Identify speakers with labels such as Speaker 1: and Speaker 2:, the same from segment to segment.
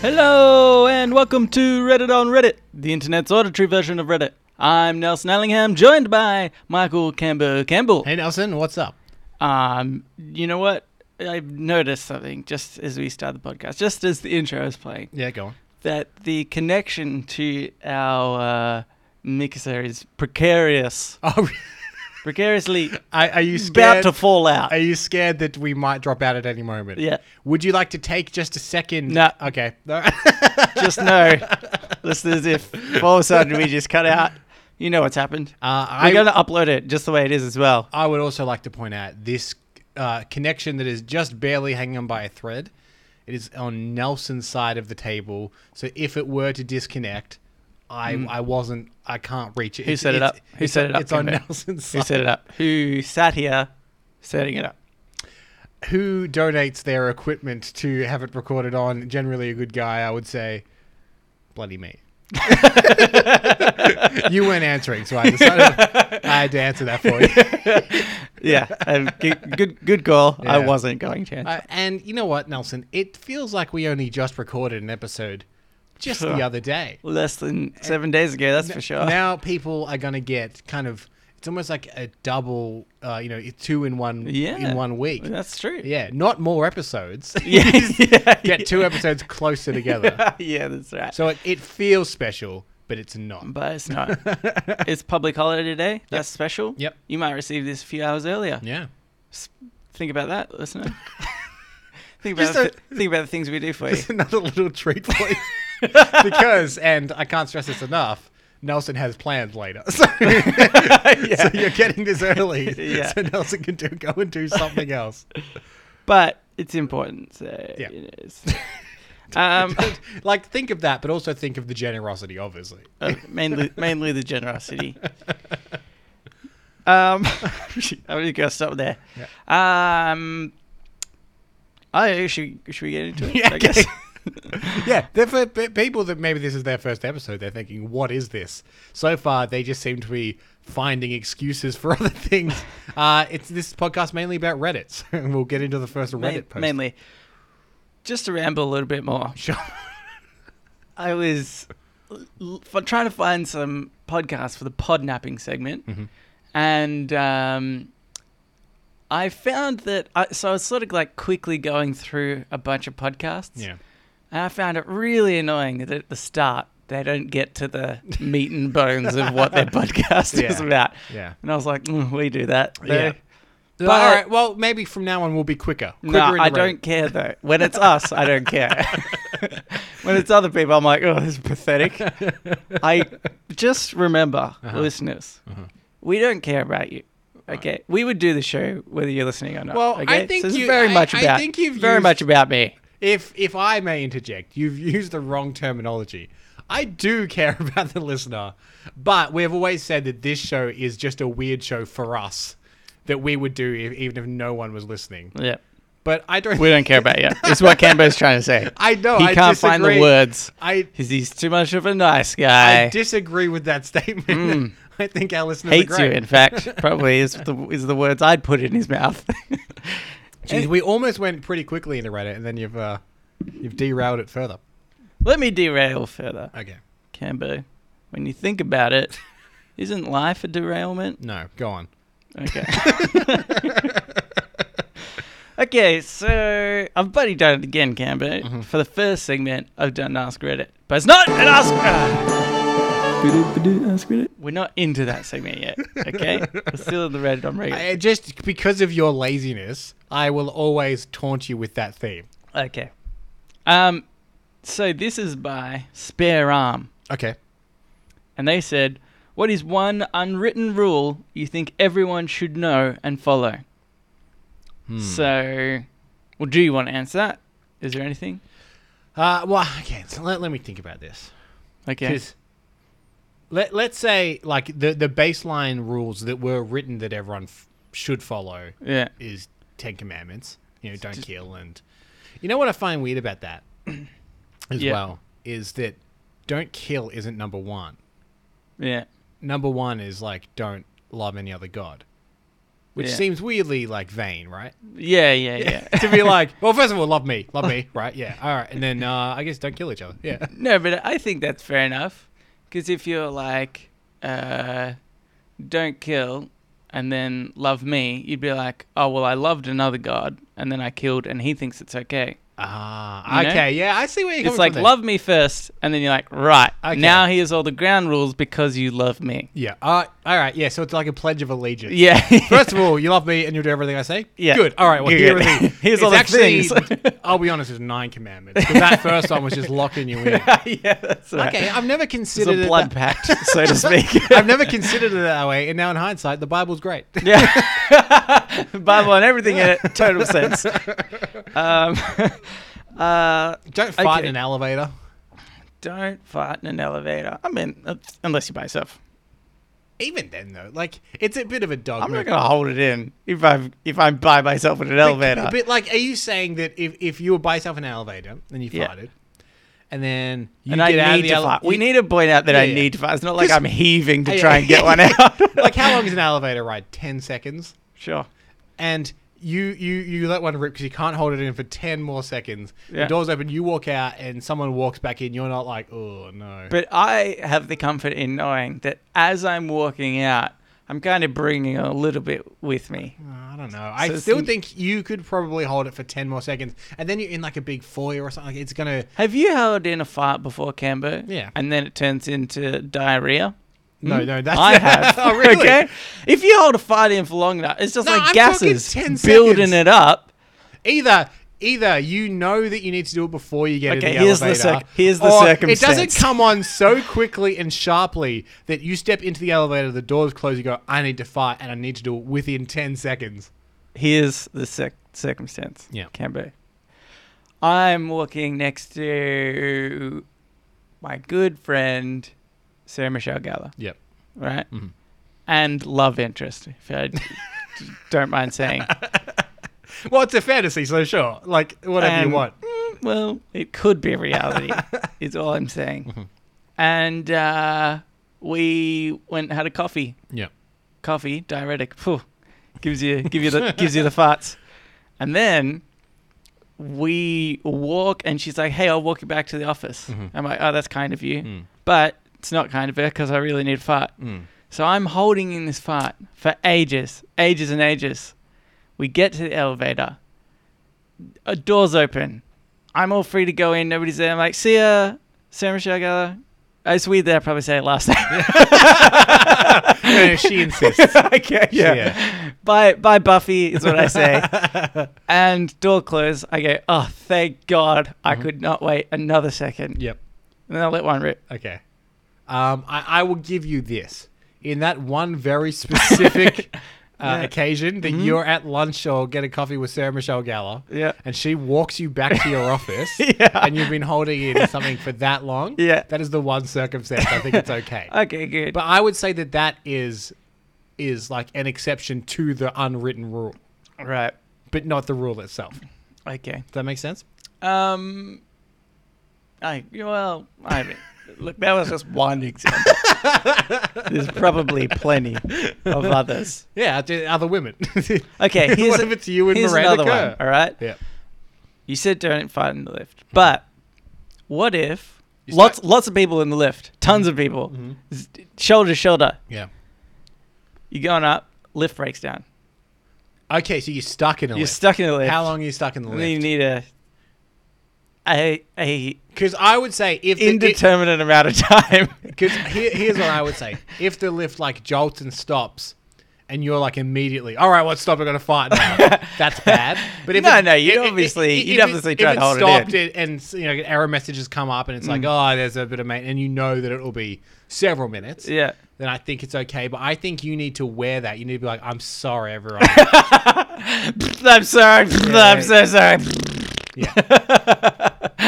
Speaker 1: Hello, and welcome to Reddit on Reddit, the internet's auditory version of Reddit. I'm Nelson Allingham, joined by Michael Camber Campbell.
Speaker 2: Hey Nelson, what's up?
Speaker 1: Um, you know what? I've noticed something just as we start the podcast, just as the intro is playing,
Speaker 2: Yeah, go on.
Speaker 1: that the connection to our uh, mixer is precarious,
Speaker 2: Oh,
Speaker 1: precariously
Speaker 2: are, are you
Speaker 1: about
Speaker 2: scared?
Speaker 1: to fall out.
Speaker 2: Are you scared that we might drop out at any moment?
Speaker 1: Yeah.
Speaker 2: Would you like to take just a second?
Speaker 1: No.
Speaker 2: Okay. Uh,
Speaker 1: Just know, listeners, if all of a sudden we just cut out, you know what's happened.
Speaker 2: Uh,
Speaker 1: We're
Speaker 2: I,
Speaker 1: going to upload it just the way it is as well.
Speaker 2: I would also like to point out this uh, connection that is just barely hanging on by a thread. It is on Nelson's side of the table, so if it were to disconnect, I I wasn't I can't reach it.
Speaker 1: Who
Speaker 2: It's-
Speaker 1: Mm. set it
Speaker 2: it's-
Speaker 1: up? Who
Speaker 2: it's-
Speaker 1: set it up,
Speaker 2: It's on
Speaker 1: Kimbo?
Speaker 2: Nelson's
Speaker 1: Who
Speaker 2: side.
Speaker 1: set it up? Who sat here setting it up?
Speaker 2: who donates their equipment to have it recorded on generally a good guy i would say bloody me you weren't answering so i decided i had to answer that for you
Speaker 1: Yeah, um, g- good good call. I
Speaker 2: Yeah.
Speaker 1: wasn't going to.
Speaker 2: Uh, and you know what nelson it feels like we only just recorded an episode just
Speaker 1: Sure.
Speaker 2: the other day
Speaker 1: Less than seven days ago, that's for sure.
Speaker 2: now people are going to get kind of it's almost like a double uh, you know two in one
Speaker 1: yeah,
Speaker 2: in one week
Speaker 1: That's true.
Speaker 2: yeah not more episodes
Speaker 1: yeah, yeah,
Speaker 2: get two episodes closer together
Speaker 1: yeah, that's right.
Speaker 2: So it, it feels special, but it's not.
Speaker 1: but it's not. it's public holiday today. That's special.
Speaker 2: Yep.
Speaker 1: You might receive this a few hours earlier.
Speaker 2: Yeah.
Speaker 1: S- Think about that, listener. think about
Speaker 2: Just
Speaker 1: the, think about the things we do for you.
Speaker 2: It's another little treat for you. because, and I can't stress this enough, Nelson has plans later. So, so you're getting this early.
Speaker 1: Yeah.
Speaker 2: So Nelson can do, go and do something else.
Speaker 1: But it's important. So
Speaker 2: Yeah.
Speaker 1: it is. Um,
Speaker 2: like, think of that, but also think of the generosity, obviously.
Speaker 1: Uh, mainly, mainly the generosity. Um, I'm just gonna stop there. Um, I should should we get into it?
Speaker 2: Yeah,
Speaker 1: I guess.
Speaker 2: Yeah, they're for p- people that maybe this is their first episode, they're thinking, what is this? So far, they just seem to be finding excuses for other things. Uh, it's This podcast mainly about Reddit, so we'll get into the first Reddit
Speaker 1: Ma-
Speaker 2: post.
Speaker 1: mainly. Just to ramble a little bit more.
Speaker 2: Sure.
Speaker 1: I was l- l- f- trying to find some podcasts for the podnapping segment, and um, I found that I, so I was sort of like quickly going through a bunch of podcasts.
Speaker 2: Yeah.
Speaker 1: And I found it really annoying that at the start they don't get to the meat and bones of what their podcast is
Speaker 2: Yeah.
Speaker 1: about.
Speaker 2: Yeah.
Speaker 1: And I was like, mm, we do that.
Speaker 2: Yeah.
Speaker 1: though."
Speaker 2: But, all right. Well, maybe from now on we'll be quicker. quicker
Speaker 1: No,
Speaker 2: in
Speaker 1: I
Speaker 2: the
Speaker 1: don't care though. When it's us, I don't care. when it's other people, I'm like, oh, this is pathetic. I just remember,
Speaker 2: Uh-huh.
Speaker 1: listeners, we don't care about you. Okay, we would do the show whether you're listening or not.
Speaker 2: Well, I
Speaker 1: okay?
Speaker 2: think
Speaker 1: so it's
Speaker 2: you-
Speaker 1: very
Speaker 2: I-
Speaker 1: much
Speaker 2: I
Speaker 1: about.
Speaker 2: think you've
Speaker 1: very
Speaker 2: used-
Speaker 1: much about me.
Speaker 2: If if I may interject, you've used the wrong terminology. I do care about the listener, but we've always said that this show is just a weird show for us that we would do if, even if no one was listening.
Speaker 1: Yeah,
Speaker 2: But I don't.
Speaker 1: we don't care about you. It's what Cambo's trying to say.
Speaker 2: I know.
Speaker 1: he
Speaker 2: I
Speaker 1: can't find the
Speaker 2: disagree.
Speaker 1: words.
Speaker 2: I
Speaker 1: Because he's too much of a nice
Speaker 2: I
Speaker 1: guy.
Speaker 2: disagree with that statement. I think our listeners are
Speaker 1: Hmm. Hates you,
Speaker 2: great.
Speaker 1: in fact. Probably is the, is the words I'd put in his mouth.
Speaker 2: Jeez, we almost went pretty quickly into Reddit, and then you've uh, you've derailed it further.
Speaker 1: Let me derail further,
Speaker 2: Okay.
Speaker 1: Cambo. When you think about it, isn't life a derailment?
Speaker 2: No, go on.
Speaker 1: Okay. okay, so I've buddy done it again, Cambo. For the first segment, I've done Ask Reddit, but it's not an Ask. Ah. Ask Reddit. We're not into that segment yet. Okay, we're still in the Reddit on Reddit.
Speaker 2: I, just because of your laziness, I will always taunt you with that theme.
Speaker 1: Okay. Um, so this is by Spare Arm,
Speaker 2: Okay.
Speaker 1: and they said, "What is one unwritten rule you think everyone should know and follow?" So, well, do you want to answer that? Is there anything?
Speaker 2: Uh, well, okay. So let, let me think about this.
Speaker 1: Okay.
Speaker 2: 'Cause let let's say like the the baseline rules that were written that everyone f- should follow
Speaker 1: Yeah.
Speaker 2: is Ten Commandments. You know, don't kill and you know what I find weird about that as
Speaker 1: Yeah.
Speaker 2: well is that don't kill isn't number one.
Speaker 1: Yeah.
Speaker 2: Number one is like don't love any other god. which
Speaker 1: Yeah.
Speaker 2: seems weirdly like vain, right?
Speaker 1: Yeah, yeah, yeah.
Speaker 2: to be like, well, first of all, love me, love me, right? Yeah, all right, and then uh, I guess don't kill each other. Yeah,
Speaker 1: no, but I think that's fair enough. Because if you're like, uh, don't kill and then love me, you'd be like, oh, well, I loved another god and then I killed and he thinks it's okay.
Speaker 2: ah,
Speaker 1: You know?
Speaker 2: okay, yeah, I see where you're
Speaker 1: it's
Speaker 2: coming
Speaker 1: like,
Speaker 2: from there.
Speaker 1: love me first. And then you're like, right,
Speaker 2: Okay.
Speaker 1: now here's all the ground rules because you love me.
Speaker 2: Yeah, uh, all right, yeah. So it's like a pledge of allegiance.
Speaker 1: Yeah.
Speaker 2: First of all, you love me and you'll do everything I say.
Speaker 1: Yeah.
Speaker 2: Good. All right. Well,
Speaker 1: Good,
Speaker 2: here
Speaker 1: good.
Speaker 2: it is.
Speaker 1: Here's
Speaker 2: It's
Speaker 1: all the
Speaker 2: actually,
Speaker 1: things.
Speaker 2: I'll be honest. It's nine commandments. 'cause That first one was just locking you in.
Speaker 1: yeah, that's right.
Speaker 2: Okay, I've never
Speaker 1: It's
Speaker 2: considered
Speaker 1: a
Speaker 2: it
Speaker 1: blood
Speaker 2: that-
Speaker 1: pact, so to speak.
Speaker 2: I've never considered it that way, and now in hindsight, the Bible's great.
Speaker 1: Yeah. Bible and everything in it, total sense. Um, uh,
Speaker 2: Don't fight
Speaker 1: Okay.
Speaker 2: in an elevator.
Speaker 1: don't fart in an elevator. I mean, that's- unless you're by yourself.
Speaker 2: Even then, though, like it's a bit of a dog.
Speaker 1: I'm not going to hold it in if I'm if I'm by myself in an elevator.
Speaker 2: But, like, are you saying that if, if you were by yourself in an elevator and you
Speaker 1: Yeah.
Speaker 2: farted, and then you
Speaker 1: and
Speaker 2: get
Speaker 1: I
Speaker 2: out of
Speaker 1: need
Speaker 2: the
Speaker 1: to
Speaker 2: ele-
Speaker 1: fart. We
Speaker 2: you-
Speaker 1: need to point out that I
Speaker 2: Yeah, yeah.
Speaker 1: need to fart. It's not like
Speaker 2: Just-
Speaker 1: I'm heaving to
Speaker 2: Yeah,
Speaker 1: try
Speaker 2: yeah.
Speaker 1: and get one out.
Speaker 2: like how long is an elevator ride? Ten seconds.
Speaker 1: sure.
Speaker 2: and you you you let one rip because you can't hold it in for 10 more seconds
Speaker 1: Yeah.
Speaker 2: the door's open you walk out and someone walks back in you're not like oh no
Speaker 1: But I have the comfort in knowing that as I'm walking out, I'm kind of bringing a little bit with me.
Speaker 2: Oh, i don't know i
Speaker 1: So it's
Speaker 2: still
Speaker 1: n-
Speaker 2: think you could probably hold it for 10 more seconds and then you're in like a big foyer or something like it's gonna
Speaker 1: Have you held in a fart before, Cambo?
Speaker 2: Yeah.
Speaker 1: And then it turns into diarrhea?
Speaker 2: no no that's
Speaker 1: Hmm? I have.
Speaker 2: oh really
Speaker 1: Okay. If you hold a fart in for long enough, it's just
Speaker 2: No,
Speaker 1: like
Speaker 2: I'm talking
Speaker 1: gases
Speaker 2: 10
Speaker 1: building
Speaker 2: seconds.
Speaker 1: it up.
Speaker 2: either either you know that you need to do it before you get
Speaker 1: Okay,
Speaker 2: in the
Speaker 1: here's the
Speaker 2: elevator.
Speaker 1: circ- here's the
Speaker 2: or It
Speaker 1: circumstance.
Speaker 2: doesn't come on so quickly and sharply that you step into the elevator, the doors close, you go, I need to fight, and I need to do it within ten seconds.
Speaker 1: Here's the cir- circumstance.
Speaker 2: Yeah.
Speaker 1: Cambo. I'm walking next to my good friend Sarah Michelle Gellar,
Speaker 2: Yep.
Speaker 1: right? And love interest, if I d- don't mind saying.
Speaker 2: Well, it's a fantasy, so sure. Like whatever
Speaker 1: Um,
Speaker 2: you want.
Speaker 1: mm, Well, it could be reality, is all I'm saying. And uh, we went and had a coffee.
Speaker 2: Yeah.
Speaker 1: Coffee, diuretic, phew, gives you give you the gives you the farts. And then we walk, and she's like, "Hey, I'll walk you back to the office." I'm like, "Oh, that's kind of you, but it's not kind of her because I really need a fart." So I'm holding in this fart for ages, ages and ages. We get to the elevator. A door's open. I'm all free to go in. Nobody's there. I'm like, see ya, Sarah Michelle Gellar. It's weird that I probably say it last name.
Speaker 2: No, no, she insists.
Speaker 1: okay, Bye, bye, Buffy is what I say. and door closed. I go, oh, thank God. I could not wait another second.
Speaker 2: Yep.
Speaker 1: And then I let one rip.
Speaker 2: Okay. Um, I, I will give you this. In that one very specific uh,
Speaker 1: Yeah. Mm-hmm.
Speaker 2: occasion that you're at lunch or get a coffee with Sarah Michelle Gellar,
Speaker 1: Yeah.
Speaker 2: and she walks you back to your office,
Speaker 1: Yeah.
Speaker 2: and you've been holding in something for that long,
Speaker 1: Yeah.
Speaker 2: that is the one circumstance I think it's okay.
Speaker 1: Okay, good.
Speaker 2: but I would say that that is is like an exception to the unwritten rule,
Speaker 1: right.
Speaker 2: but not the rule itself. Does
Speaker 1: Okay.
Speaker 2: that make sense?
Speaker 1: Um, I well, I mean, look, that was just one example. There's probably plenty of others.
Speaker 2: Yeah, to other women.
Speaker 1: Okay, here's,
Speaker 2: what
Speaker 1: a-
Speaker 2: if it's you and
Speaker 1: here's
Speaker 2: Miranda
Speaker 1: another
Speaker 2: Kerr?
Speaker 1: one. All right,
Speaker 2: Yeah.
Speaker 1: you said don't fight in the lift, but what if
Speaker 2: You
Speaker 1: lots
Speaker 2: start- Mm-hmm.
Speaker 1: lots of people in the lift, tons of people, s- shoulder to shoulder,
Speaker 2: Yeah.
Speaker 1: you're going up, lift breaks down,
Speaker 2: Okay, so you're stuck in a
Speaker 1: you're
Speaker 2: lift.
Speaker 1: stuck in the lift.
Speaker 2: How long are you stuck in the
Speaker 1: And then you
Speaker 2: lift?
Speaker 1: need a a a
Speaker 2: Because I would say if the,
Speaker 1: indeterminate amount of time.
Speaker 2: because here, here's what I would say: if the lift like jolts and stops, and you're like immediately, all right, well, stop, we're gonna fight now. that's bad. But if
Speaker 1: No,
Speaker 2: it-
Speaker 1: no, you'd
Speaker 2: i- i-
Speaker 1: obviously-
Speaker 2: i-
Speaker 1: you'd
Speaker 2: if it-
Speaker 1: obviously try
Speaker 2: if
Speaker 1: to hold it
Speaker 2: stopped
Speaker 1: in. Mm.
Speaker 2: and you know error messages come up, and it's like, oh, there's a bit of mate, and you know that it'll be several minutes.
Speaker 1: yeah.
Speaker 2: Then I think it's okay, but I think you need to wear that. You need to be like, I'm sorry, everyone.
Speaker 1: I'm sorry. I'm so sorry.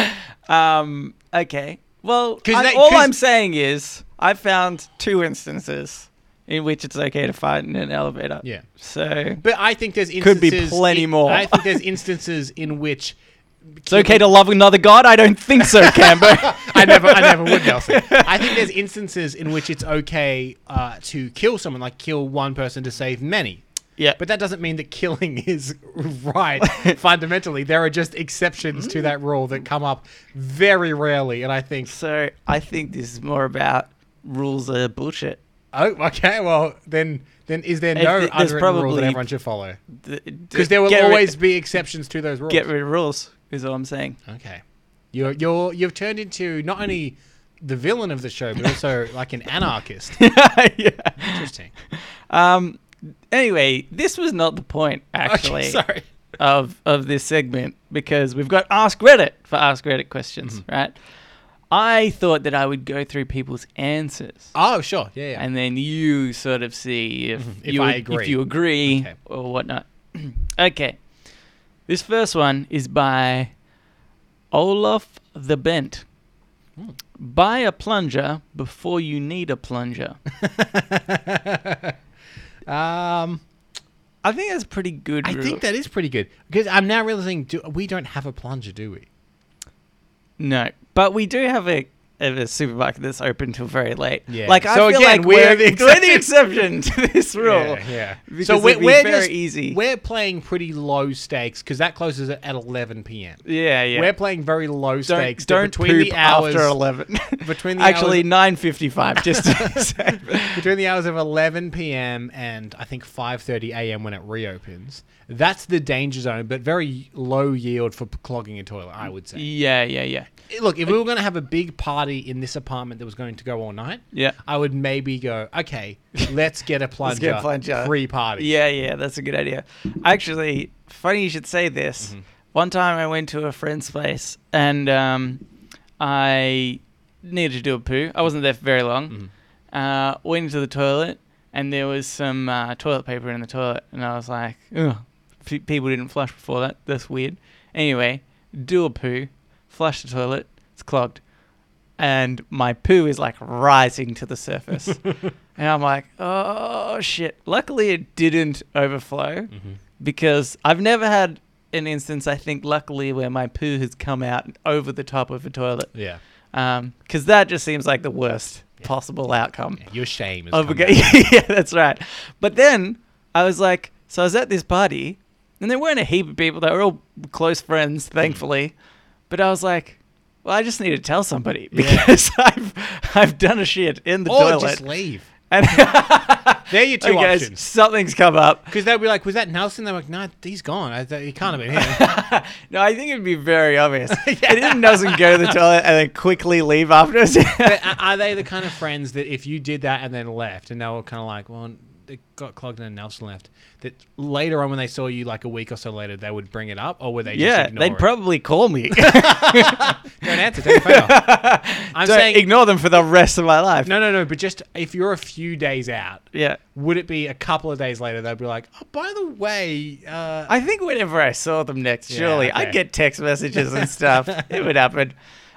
Speaker 1: um. Okay. Well,
Speaker 2: 'Cause
Speaker 1: I-
Speaker 2: that-
Speaker 1: all
Speaker 2: 'cause-
Speaker 1: I'm saying is I found two instances in which it's okay to fight in an elevator.
Speaker 2: Yeah.
Speaker 1: So
Speaker 2: But I think there's
Speaker 1: Could be
Speaker 2: instances
Speaker 1: plenty
Speaker 2: in-
Speaker 1: more.
Speaker 2: I think there's instances in which
Speaker 1: it's okay to love another god. I don't think so, Cambo.
Speaker 2: I never, I never would, Nelson. I think there's instances in which it's okay uh, to kill someone, like kill one person to save many.
Speaker 1: Yeah.
Speaker 2: But that doesn't mean that killing is right fundamentally. There are just exceptions to that rule that come up very rarely. And I think,
Speaker 1: So I think this is more about rules are bullshit.
Speaker 2: oh, okay, well, then then is there
Speaker 1: If
Speaker 2: no
Speaker 1: th- there's
Speaker 2: unwritten rule that
Speaker 1: probably-
Speaker 2: everyone should follow?
Speaker 1: Because
Speaker 2: Because there will always be exceptions to those rules.
Speaker 1: get rid of rules. Is what I'm saying.
Speaker 2: Okay. You're you're you've turned into not only the villain of the show, but also like an anarchist.
Speaker 1: yeah.
Speaker 2: Interesting.
Speaker 1: Um. Anyway, this was not the point actually
Speaker 2: Okay, sorry.
Speaker 1: of of this segment because we've got Ask Reddit for Ask Reddit questions,
Speaker 2: Mm-hmm.
Speaker 1: right? I thought that I would go through people's answers.
Speaker 2: Oh, sure. Yeah, yeah. Mm-hmm.
Speaker 1: and then you sort of see if,
Speaker 2: if
Speaker 1: you
Speaker 2: I
Speaker 1: ag-
Speaker 2: agree.
Speaker 1: if you agree
Speaker 2: Okay.
Speaker 1: or whatnot. okay, this first one is by Olaf the Bent.
Speaker 2: Hmm.
Speaker 1: Buy a plunger before you need a plunger.
Speaker 2: um,
Speaker 1: I think that's pretty good.
Speaker 2: I
Speaker 1: rule.
Speaker 2: think that is pretty good because I'm now realizing do, we don't have a plunger, do we?
Speaker 1: no, but we do have a. Of a supermarket that's open till very late.
Speaker 2: Yeah.
Speaker 1: Like I
Speaker 2: So
Speaker 1: feel
Speaker 2: again,
Speaker 1: like
Speaker 2: we're
Speaker 1: we're,
Speaker 2: the
Speaker 1: we're the exception to this rule.
Speaker 2: Yeah.
Speaker 1: Because
Speaker 2: So we're,
Speaker 1: it'd be
Speaker 2: we're
Speaker 1: very
Speaker 2: just-
Speaker 1: easy.
Speaker 2: We're playing pretty low stakes because that closes at 11 p.m.
Speaker 1: Yeah, yeah.
Speaker 2: We're playing very low
Speaker 1: don't
Speaker 2: stakes. that
Speaker 1: don't
Speaker 2: between
Speaker 1: poop
Speaker 2: the hours
Speaker 1: after eleven.
Speaker 2: between the
Speaker 1: actually
Speaker 2: hours-
Speaker 1: nine fifty five. Just to say.
Speaker 2: between the hours of 11 p.m. and I think 5:30 a.m. when it reopens. That's the danger zone, but very low yield for p- clogging a toilet, I would say.
Speaker 1: yeah, yeah, yeah,
Speaker 2: Look, if we were going to have a big party in this apartment that was going to go all night,
Speaker 1: yeah,
Speaker 2: I would maybe go, okay, let's get a plunger,
Speaker 1: get a plunger.
Speaker 2: pre-party.
Speaker 1: yeah, yeah. That's a good idea. Actually, funny you should say this. One time I went to a friend's place and um, I needed to do a poo. I wasn't there for very long. Uh, went into the toilet and there was some uh, toilet paper in the toilet, and I was like, "Ugh, pe- people didn't flush before that. That's weird." Anyway, do a poo, flush the toilet. It's clogged. and my poo is like rising to the surface. and I'm like, oh shit. Luckily, it didn't overflow
Speaker 2: Mm-hmm.
Speaker 1: because I've never had an instance, I think, luckily, where my poo has come out over the top of a toilet.
Speaker 2: Yeah.
Speaker 1: Because that just seems like the worst possible outcome.
Speaker 2: Yeah, Your shame is
Speaker 1: Of a
Speaker 2: coming out.
Speaker 1: ga- yeah, that's right. But then I was like, so I was at this party, and there weren't a heap of people. They were all close
Speaker 2: Mm.
Speaker 1: friends, thankfully. But I was like, well, I just need to tell somebody because I've I've done a shit in the
Speaker 2: Or
Speaker 1: toilet.
Speaker 2: just leave.
Speaker 1: and
Speaker 2: They're your two
Speaker 1: hey guys,
Speaker 2: options.
Speaker 1: something's come up.
Speaker 2: Because they'll be like, was that Nelson? They're like, nah, he's gone. I, he can't have been here.
Speaker 1: No, I think it'd be very obvious. I didn't doesn't go to the toilet and then quickly leave afterwards.
Speaker 2: But are- are they the kind of friends that if you did that and then left, and they were kind of like, well, it got clogged and then Nelson left, that later on when they saw you like a week or so later, they would bring it up, or were they
Speaker 1: yeah,
Speaker 2: just ignore
Speaker 1: they'd
Speaker 2: it?
Speaker 1: probably call me.
Speaker 2: Don't answer, take a photo. I'm
Speaker 1: Don't
Speaker 2: saying
Speaker 1: ignore them for the rest of my life.
Speaker 2: no, no, no. But just if you're a few days out,
Speaker 1: Yeah.
Speaker 2: would it be a couple of days later they'd be like, oh, by the way, uh,
Speaker 1: I think whenever I saw them next,
Speaker 2: Yeah,
Speaker 1: surely
Speaker 2: okay.
Speaker 1: I'd get text messages and stuff. it would happen.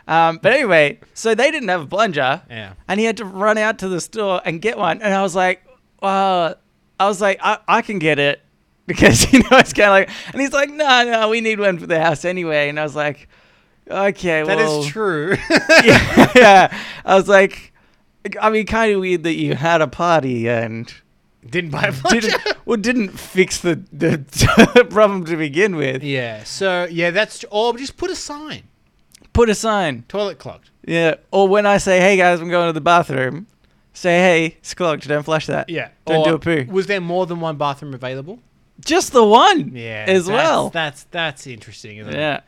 Speaker 1: Um, but anyway, so they didn't have a plunger,
Speaker 2: yeah,
Speaker 1: and he had to run out to the store and get one. And I was like, "Wow!" I was like, "I, I can get it," because you know it's kind of like. And he's like, "No, no, we need one for the house anyway." And I was like, "Okay,
Speaker 2: that is
Speaker 1: well,
Speaker 2: true.
Speaker 1: yeah, yeah." I was like, "I mean, kind of weird that you had a party and."
Speaker 2: Didn't buy a plunger.
Speaker 1: Didn't, well, didn't fix the, the problem to begin with.
Speaker 2: Yeah. So yeah, that's or just put a sign.
Speaker 1: put a sign.
Speaker 2: Toilet clogged.
Speaker 1: Yeah. Or when I say, hey guys, I'm going to the bathroom, say, hey, it's clogged. Don't flush that.
Speaker 2: Yeah.
Speaker 1: Don't do
Speaker 2: or
Speaker 1: a poo.
Speaker 2: Was there more than one bathroom available?
Speaker 1: Just the one.
Speaker 2: Yeah.
Speaker 1: As
Speaker 2: that's-
Speaker 1: well.
Speaker 2: That's that's interesting. Isn't It?
Speaker 1: yeah.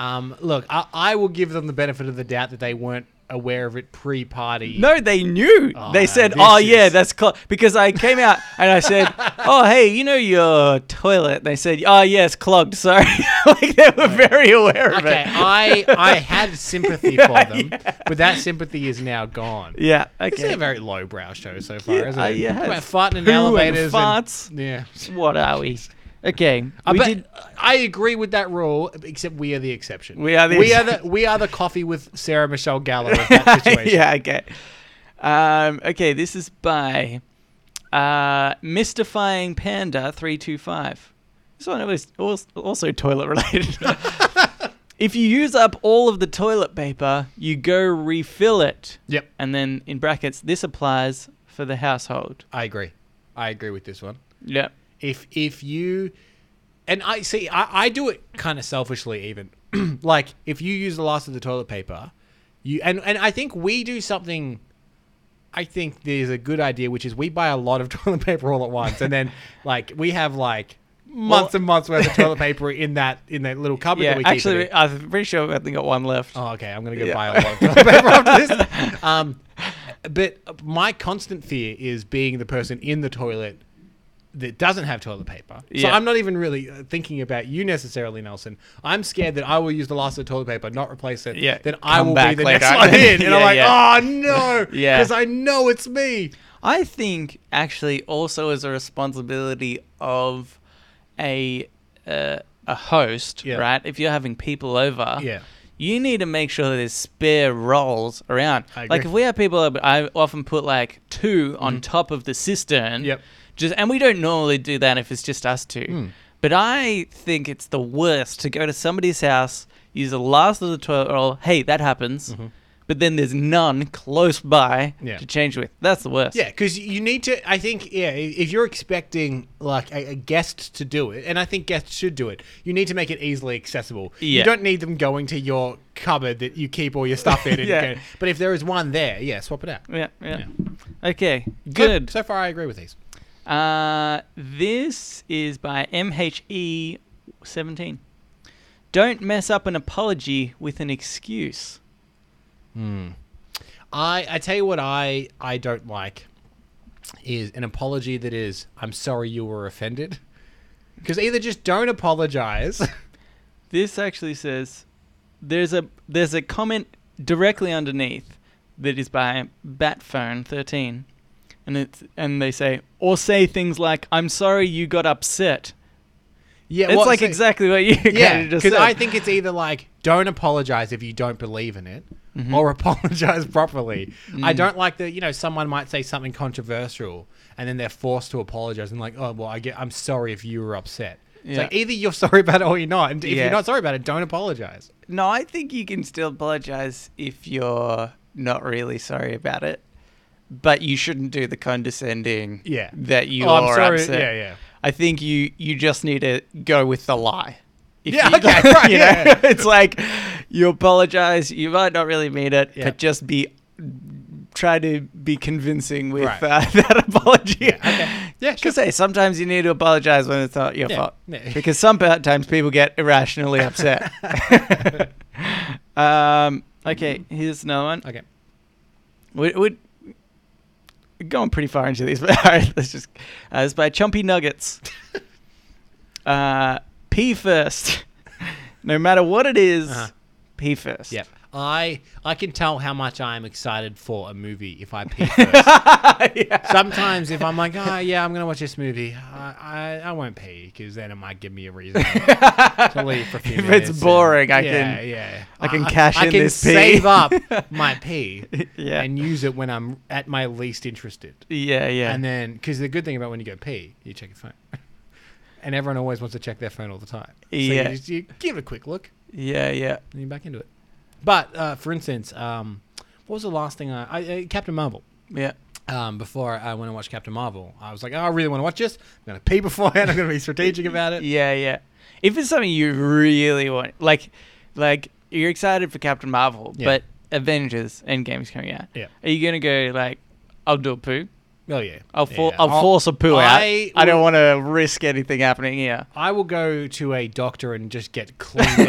Speaker 2: Um. Look, I, I will give them the benefit of the doubt that they weren't aware of it pre-party.
Speaker 1: No, they knew.
Speaker 2: Oh,
Speaker 1: they said,
Speaker 2: this
Speaker 1: oh, yeah,
Speaker 2: is-
Speaker 1: that's clogged. Because I came out and I said, oh, hey, you know your toilet. They said, oh, yeah, it's clogged. Sorry. like they were very aware of
Speaker 2: Okay,
Speaker 1: it.
Speaker 2: I I had sympathy for them, but that sympathy is now gone.
Speaker 1: Yeah.
Speaker 2: This is
Speaker 1: Okay.
Speaker 2: a very lowbrow show so far,
Speaker 1: Yeah,
Speaker 2: isn't
Speaker 1: uh,
Speaker 2: it?
Speaker 1: yeah,
Speaker 2: Talk about
Speaker 1: it's
Speaker 2: farting in
Speaker 1: poo and
Speaker 2: elevators. and-
Speaker 1: farts.
Speaker 2: yeah.
Speaker 1: what are we? Okay.
Speaker 2: I
Speaker 1: we
Speaker 2: bet-
Speaker 1: did.
Speaker 2: I agree with that rule, except we are the exception.
Speaker 1: We are the
Speaker 2: we are the we are the coffee with Sarah Michelle Gellar of that situation.
Speaker 1: yeah, okay. Um, okay, this is by uh, Mystifying Panda 325. This one was als- also toilet related. if you use up all of the toilet paper, you go refill it.
Speaker 2: Yep,
Speaker 1: And then in brackets, this applies for the household.
Speaker 2: I agree. I agree with this one.
Speaker 1: Yep.
Speaker 2: If if you and I see, I, I do it kind of selfishly even. like if you use the last of the toilet paper, you and and I think we do something. I think there's a good idea, which is we buy a lot of toilet paper all at once, and then like we have like months and months worth of toilet paper in that in that little cupboard. that
Speaker 1: Yeah,
Speaker 2: we keep it in.
Speaker 1: actually, I'm pretty sure I've only got one left.
Speaker 2: Oh, okay. I'm gonna go
Speaker 1: Yeah.
Speaker 2: buy a lot of toilet paper after this. Um, but my constant fear is being the person in the toilet that doesn't have toilet paper. So
Speaker 1: Yeah.
Speaker 2: I'm not even really uh, thinking about you necessarily, Nelson. I'm scared that I will use the last of the toilet paper, not replace it.
Speaker 1: Yeah,
Speaker 2: Then I
Speaker 1: come
Speaker 2: will be
Speaker 1: back
Speaker 2: the
Speaker 1: later.
Speaker 2: next one in, and
Speaker 1: Yeah,
Speaker 2: I'm like,
Speaker 1: yeah.
Speaker 2: oh no,
Speaker 1: Yeah.
Speaker 2: because I know it's me.
Speaker 1: I think actually also as a responsibility of a uh, a host,
Speaker 2: Yeah.
Speaker 1: right? If you're having people over,
Speaker 2: Yeah.
Speaker 1: you need to make sure that there's spare rolls around.
Speaker 2: I
Speaker 1: Like
Speaker 2: agree. Mm-hmm.
Speaker 1: if we have people over, I often put like 2 on top of the cistern.
Speaker 2: Yep. Hmm.
Speaker 1: Just and we don't normally do that if it's just us two. But I think it's the worst to go to somebody's house, use the last of the toilet roll. Hey, that happens. But then there's none close by
Speaker 2: Mm-hmm. Yeah.
Speaker 1: to change with. That's the worst.
Speaker 2: Yeah, because you need to. I think yeah, i- if you're expecting like a, a guest to do it, and I think guests should do it, you need to make it easily accessible. You
Speaker 1: Yeah.
Speaker 2: don't need them going to your cupboard that you keep all your stuff in. And
Speaker 1: Yeah.
Speaker 2: go- but if there is one there, yeah, swap it out.
Speaker 1: Yeah, yeah. Okay,
Speaker 2: So-
Speaker 1: good.
Speaker 2: So, far, I agree with these.
Speaker 1: Uh, this is by MHE17. Don't mess up an apology with an excuse.
Speaker 2: I I tell you what I I don't like is an apology that is I'm sorry you were offended. Because either just don't apologize.
Speaker 1: This actually says there's a there's a comment directly underneath that is by Batphone13, and it's and they say or say things like "I'm sorry you got upset."
Speaker 2: yeah,
Speaker 1: It's
Speaker 2: well,
Speaker 1: like
Speaker 2: so-
Speaker 1: exactly what you
Speaker 2: Yeah,
Speaker 1: kinda just
Speaker 2: because
Speaker 1: said.
Speaker 2: I think it's either like don't apologize if you don't believe in it,
Speaker 1: Mm-hmm.
Speaker 2: or apologize properly.
Speaker 1: Mm.
Speaker 2: I don't like that. You know, someone might say something controversial, and then they're forced to apologize and like, oh well, I get, I'm sorry if you were upset. It's
Speaker 1: Yeah.
Speaker 2: like either you're sorry about it or you're not, and if
Speaker 1: Yeah.
Speaker 2: you're not sorry about it, don't apologize.
Speaker 1: No, I think you can still apologize if you're not really sorry about it, but you shouldn't do the condescending.
Speaker 2: Yeah.
Speaker 1: That you
Speaker 2: Oh,
Speaker 1: are
Speaker 2: I'm sorry.
Speaker 1: upset.
Speaker 2: Yeah, yeah.
Speaker 1: I think you you just need to go with the lie. If
Speaker 2: Yeah,
Speaker 1: you-
Speaker 2: okay, right,
Speaker 1: you
Speaker 2: yeah.
Speaker 1: it's like you apologize. You might not really mean it,
Speaker 2: Yeah.
Speaker 1: but just be try to be convincing with
Speaker 2: Right.
Speaker 1: uh, that apology.
Speaker 2: Yeah, sure.
Speaker 1: Because hey, sometimes you need to apologize when it's not your
Speaker 2: Yeah,
Speaker 1: fault.
Speaker 2: yeah.
Speaker 1: Because sometimes people get irrationally upset. um, okay, here's another one.
Speaker 2: Mm-hmm. Okay.
Speaker 1: We're, we're going pretty far into these, but all right, let's just. Uh, it's by Chumpy Nuggets. uh, pee first. no matter what it is,
Speaker 2: Uh-huh.
Speaker 1: pee first.
Speaker 2: Yeah. I I can tell how much I am excited for a movie if I pee first. Sometimes if I'm like, oh yeah, I'm gonna watch this movie, I I, I won't pee because then it might give me a reason to leave for a few
Speaker 1: If it's
Speaker 2: minutes. and-
Speaker 1: boring, I
Speaker 2: yeah,
Speaker 1: can-
Speaker 2: yeah.
Speaker 1: I can cash
Speaker 2: I
Speaker 1: in
Speaker 2: can
Speaker 1: this pee.
Speaker 2: save up my pee
Speaker 1: Yeah.
Speaker 2: and use it when I'm at my least interested.
Speaker 1: Yeah, yeah.
Speaker 2: And then, because the good thing about when you go pee, you check your phone, and everyone always wants to check their phone all the time. So
Speaker 1: Yeah.
Speaker 2: you, just, you give it a quick look
Speaker 1: yeah, yeah.
Speaker 2: and you're back into it. But uh, for instance, um, what was the last thing I, I uh, Captain Marvel?
Speaker 1: Yeah.
Speaker 2: Um, before I went and watched Captain Marvel, I was like, oh, I really want to watch this. I'm gonna pee beforehand. I'm gonna be strategic about it.
Speaker 1: Yeah, yeah. If it's something you really want, like, like you're excited for Captain Marvel,
Speaker 2: Yeah.
Speaker 1: but Avengers Endgame's coming out.
Speaker 2: Yeah.
Speaker 1: Are you gonna go like, I'll do a poo,
Speaker 2: Oh yeah,
Speaker 1: I'll for,
Speaker 2: Yeah.
Speaker 1: I'll, force a poo out.
Speaker 2: I
Speaker 1: I don't
Speaker 2: will-
Speaker 1: want to risk anything happening here.
Speaker 2: I will go to a doctor and just get cleaned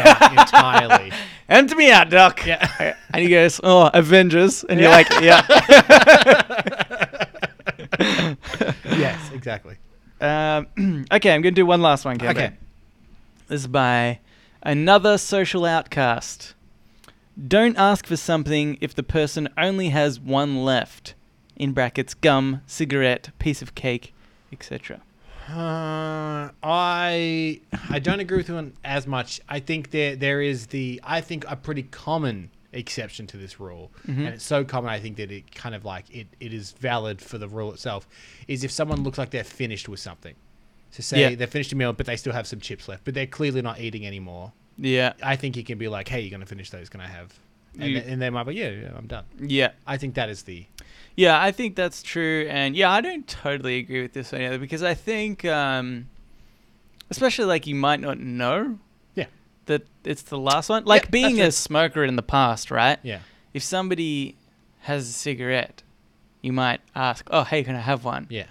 Speaker 2: out entirely.
Speaker 1: Empty me out, Doc.
Speaker 2: Yeah.
Speaker 1: And he goes, oh, Avengers, and you're
Speaker 2: Yeah.
Speaker 1: like, yeah.
Speaker 2: yes, exactly.
Speaker 1: um, okay, I'm gonna do one last one. Kevin.
Speaker 2: Okay.
Speaker 1: This is by another social outcast. Don't ask for something if the person only has one left. In brackets, gum, cigarette, piece of cake, etc.
Speaker 2: Uh, I I don't agree with him as much. I think there there is the I think a pretty common exception to this rule,
Speaker 1: Mm-hmm.
Speaker 2: and it's so common I think that it kind of like it, it is valid for the rule itself. Is if someone looks like they're finished with something, so say
Speaker 1: Yeah.
Speaker 2: they're finished a meal but they still have some chips left, but they're clearly not eating anymore.
Speaker 1: Yeah.
Speaker 2: I think you can be like, hey, you're gonna finish those. Can I have
Speaker 1: You-
Speaker 2: and, and they might be, yeah, yeah, I'm done.
Speaker 1: Yeah.
Speaker 2: I think that is the
Speaker 1: Yeah, I think that's true, and yeah, I don't totally agree with this one either because I think, um, especially like you might not know,
Speaker 2: Yeah.
Speaker 1: that it's the last one. Like
Speaker 2: that's
Speaker 1: being
Speaker 2: true.
Speaker 1: a smoker in the past, right?
Speaker 2: yeah.
Speaker 1: If somebody has a cigarette, you might ask, "Oh, hey, can I have one?"
Speaker 2: Yeah.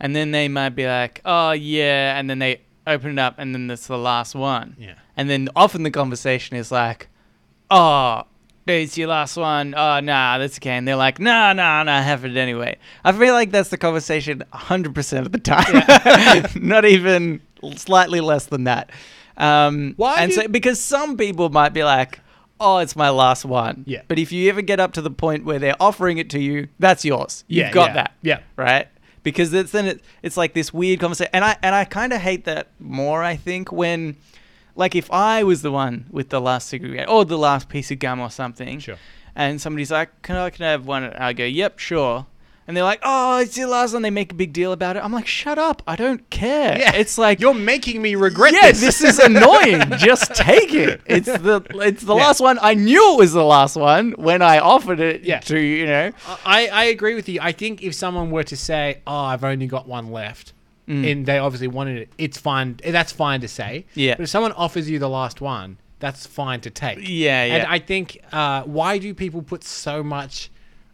Speaker 1: And then they might be like, "Oh, yeah," and then they open it up, and then that's the last one.
Speaker 2: Yeah.
Speaker 1: And then often the conversation is like, oh, dude, it's your last one. Oh, nah, that's okay. And they're like, nah, nah, nah, have it anyway. I feel like that's the conversation 100% of the time. Not even slightly less than that. Um,
Speaker 2: Why
Speaker 1: And
Speaker 2: do-
Speaker 1: so, because some people might be like, oh, it's my last one.
Speaker 2: Yeah.
Speaker 1: But if you ever get up to the point where they're offering it to you, that's yours. You've
Speaker 2: Yeah,
Speaker 1: got
Speaker 2: yeah,
Speaker 1: that
Speaker 2: Yeah.
Speaker 1: right? Because it's then it, it's like this weird conversation, and I and I kind of hate that more. I think when, like, if I was the one with the last cigarette or the last piece of gum or something,
Speaker 2: Sure.
Speaker 1: and somebody's like, "Can I can I have one?" And I go, "Yep, sure." And they're like, "Oh, it's your last one." They make a big deal about it. I'm like, "Shut up! I don't care."
Speaker 2: Yeah.
Speaker 1: it's like
Speaker 2: You're making me regret
Speaker 1: yeah,
Speaker 2: this.
Speaker 1: this is annoying. Just take it. It's the it's the
Speaker 2: Yeah.
Speaker 1: last one. I knew it was the last one when I offered it
Speaker 2: Yeah.
Speaker 1: to you know.
Speaker 2: I, I agree with you. I think if someone were to say, "Oh, I've only got one left,"
Speaker 1: Mm.
Speaker 2: and they obviously wanted it, it's fine. That's fine to say.
Speaker 1: Yeah.
Speaker 2: But if someone offers you the last one, that's fine to take.
Speaker 1: Yeah, yeah.
Speaker 2: And I think uh, why do people put so much,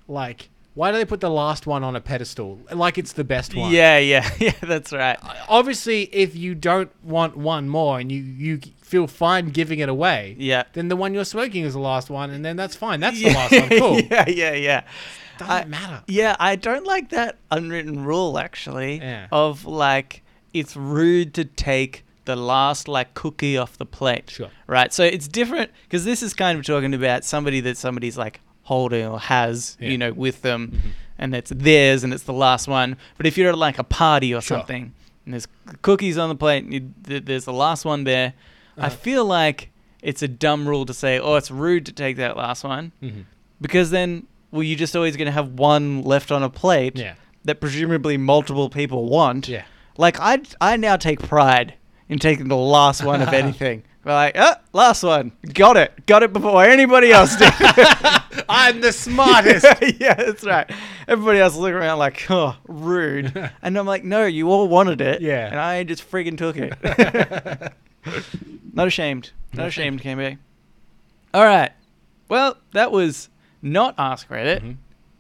Speaker 2: like, why do they put the last one on a pedestal, like it's the best one?
Speaker 1: Yeah, yeah, yeah. That's right.
Speaker 2: Obviously, if you don't want one more and you you feel fine giving it away,
Speaker 1: Yeah.
Speaker 2: then the one you're smoking is the last one, and then that's fine. That's the last one. Cool.
Speaker 1: yeah, yeah, yeah.
Speaker 2: Doesn't
Speaker 1: I-
Speaker 2: matter.
Speaker 1: Yeah, I don't like that unwritten rule actually
Speaker 2: Yeah.
Speaker 1: of like it's rude to take the last like cookie off the plate.
Speaker 2: Sure.
Speaker 1: Right. So it's different because this is kind of talking about somebody that somebody's like holding or has,
Speaker 2: Yeah. Mm-hmm.
Speaker 1: you know, with them and it's theirs and it's the last one. But if you're at like a party or
Speaker 2: Sure.
Speaker 1: something and there's cookies on the plate and you, th- there's the last one there,
Speaker 2: Uh-huh.
Speaker 1: I feel like it's a dumb rule to say, oh, it's rude to take that last one
Speaker 2: Mm-hmm.
Speaker 1: because then well you're just always going to have one left on a plate
Speaker 2: Yeah.
Speaker 1: that presumably multiple people want
Speaker 2: Yeah.
Speaker 1: like i i now take pride in taking the last one of anything We're like oh, last one got it got it before anybody else did
Speaker 2: I'm the smartest.
Speaker 1: yeah that's right everybody else is looking around like oh rude and i'm like no you all wanted it
Speaker 2: Yeah.
Speaker 1: and i just friggin' took it not ashamed not,
Speaker 2: Not
Speaker 1: ashamed can all right well that was not ask reddit
Speaker 2: Mhm.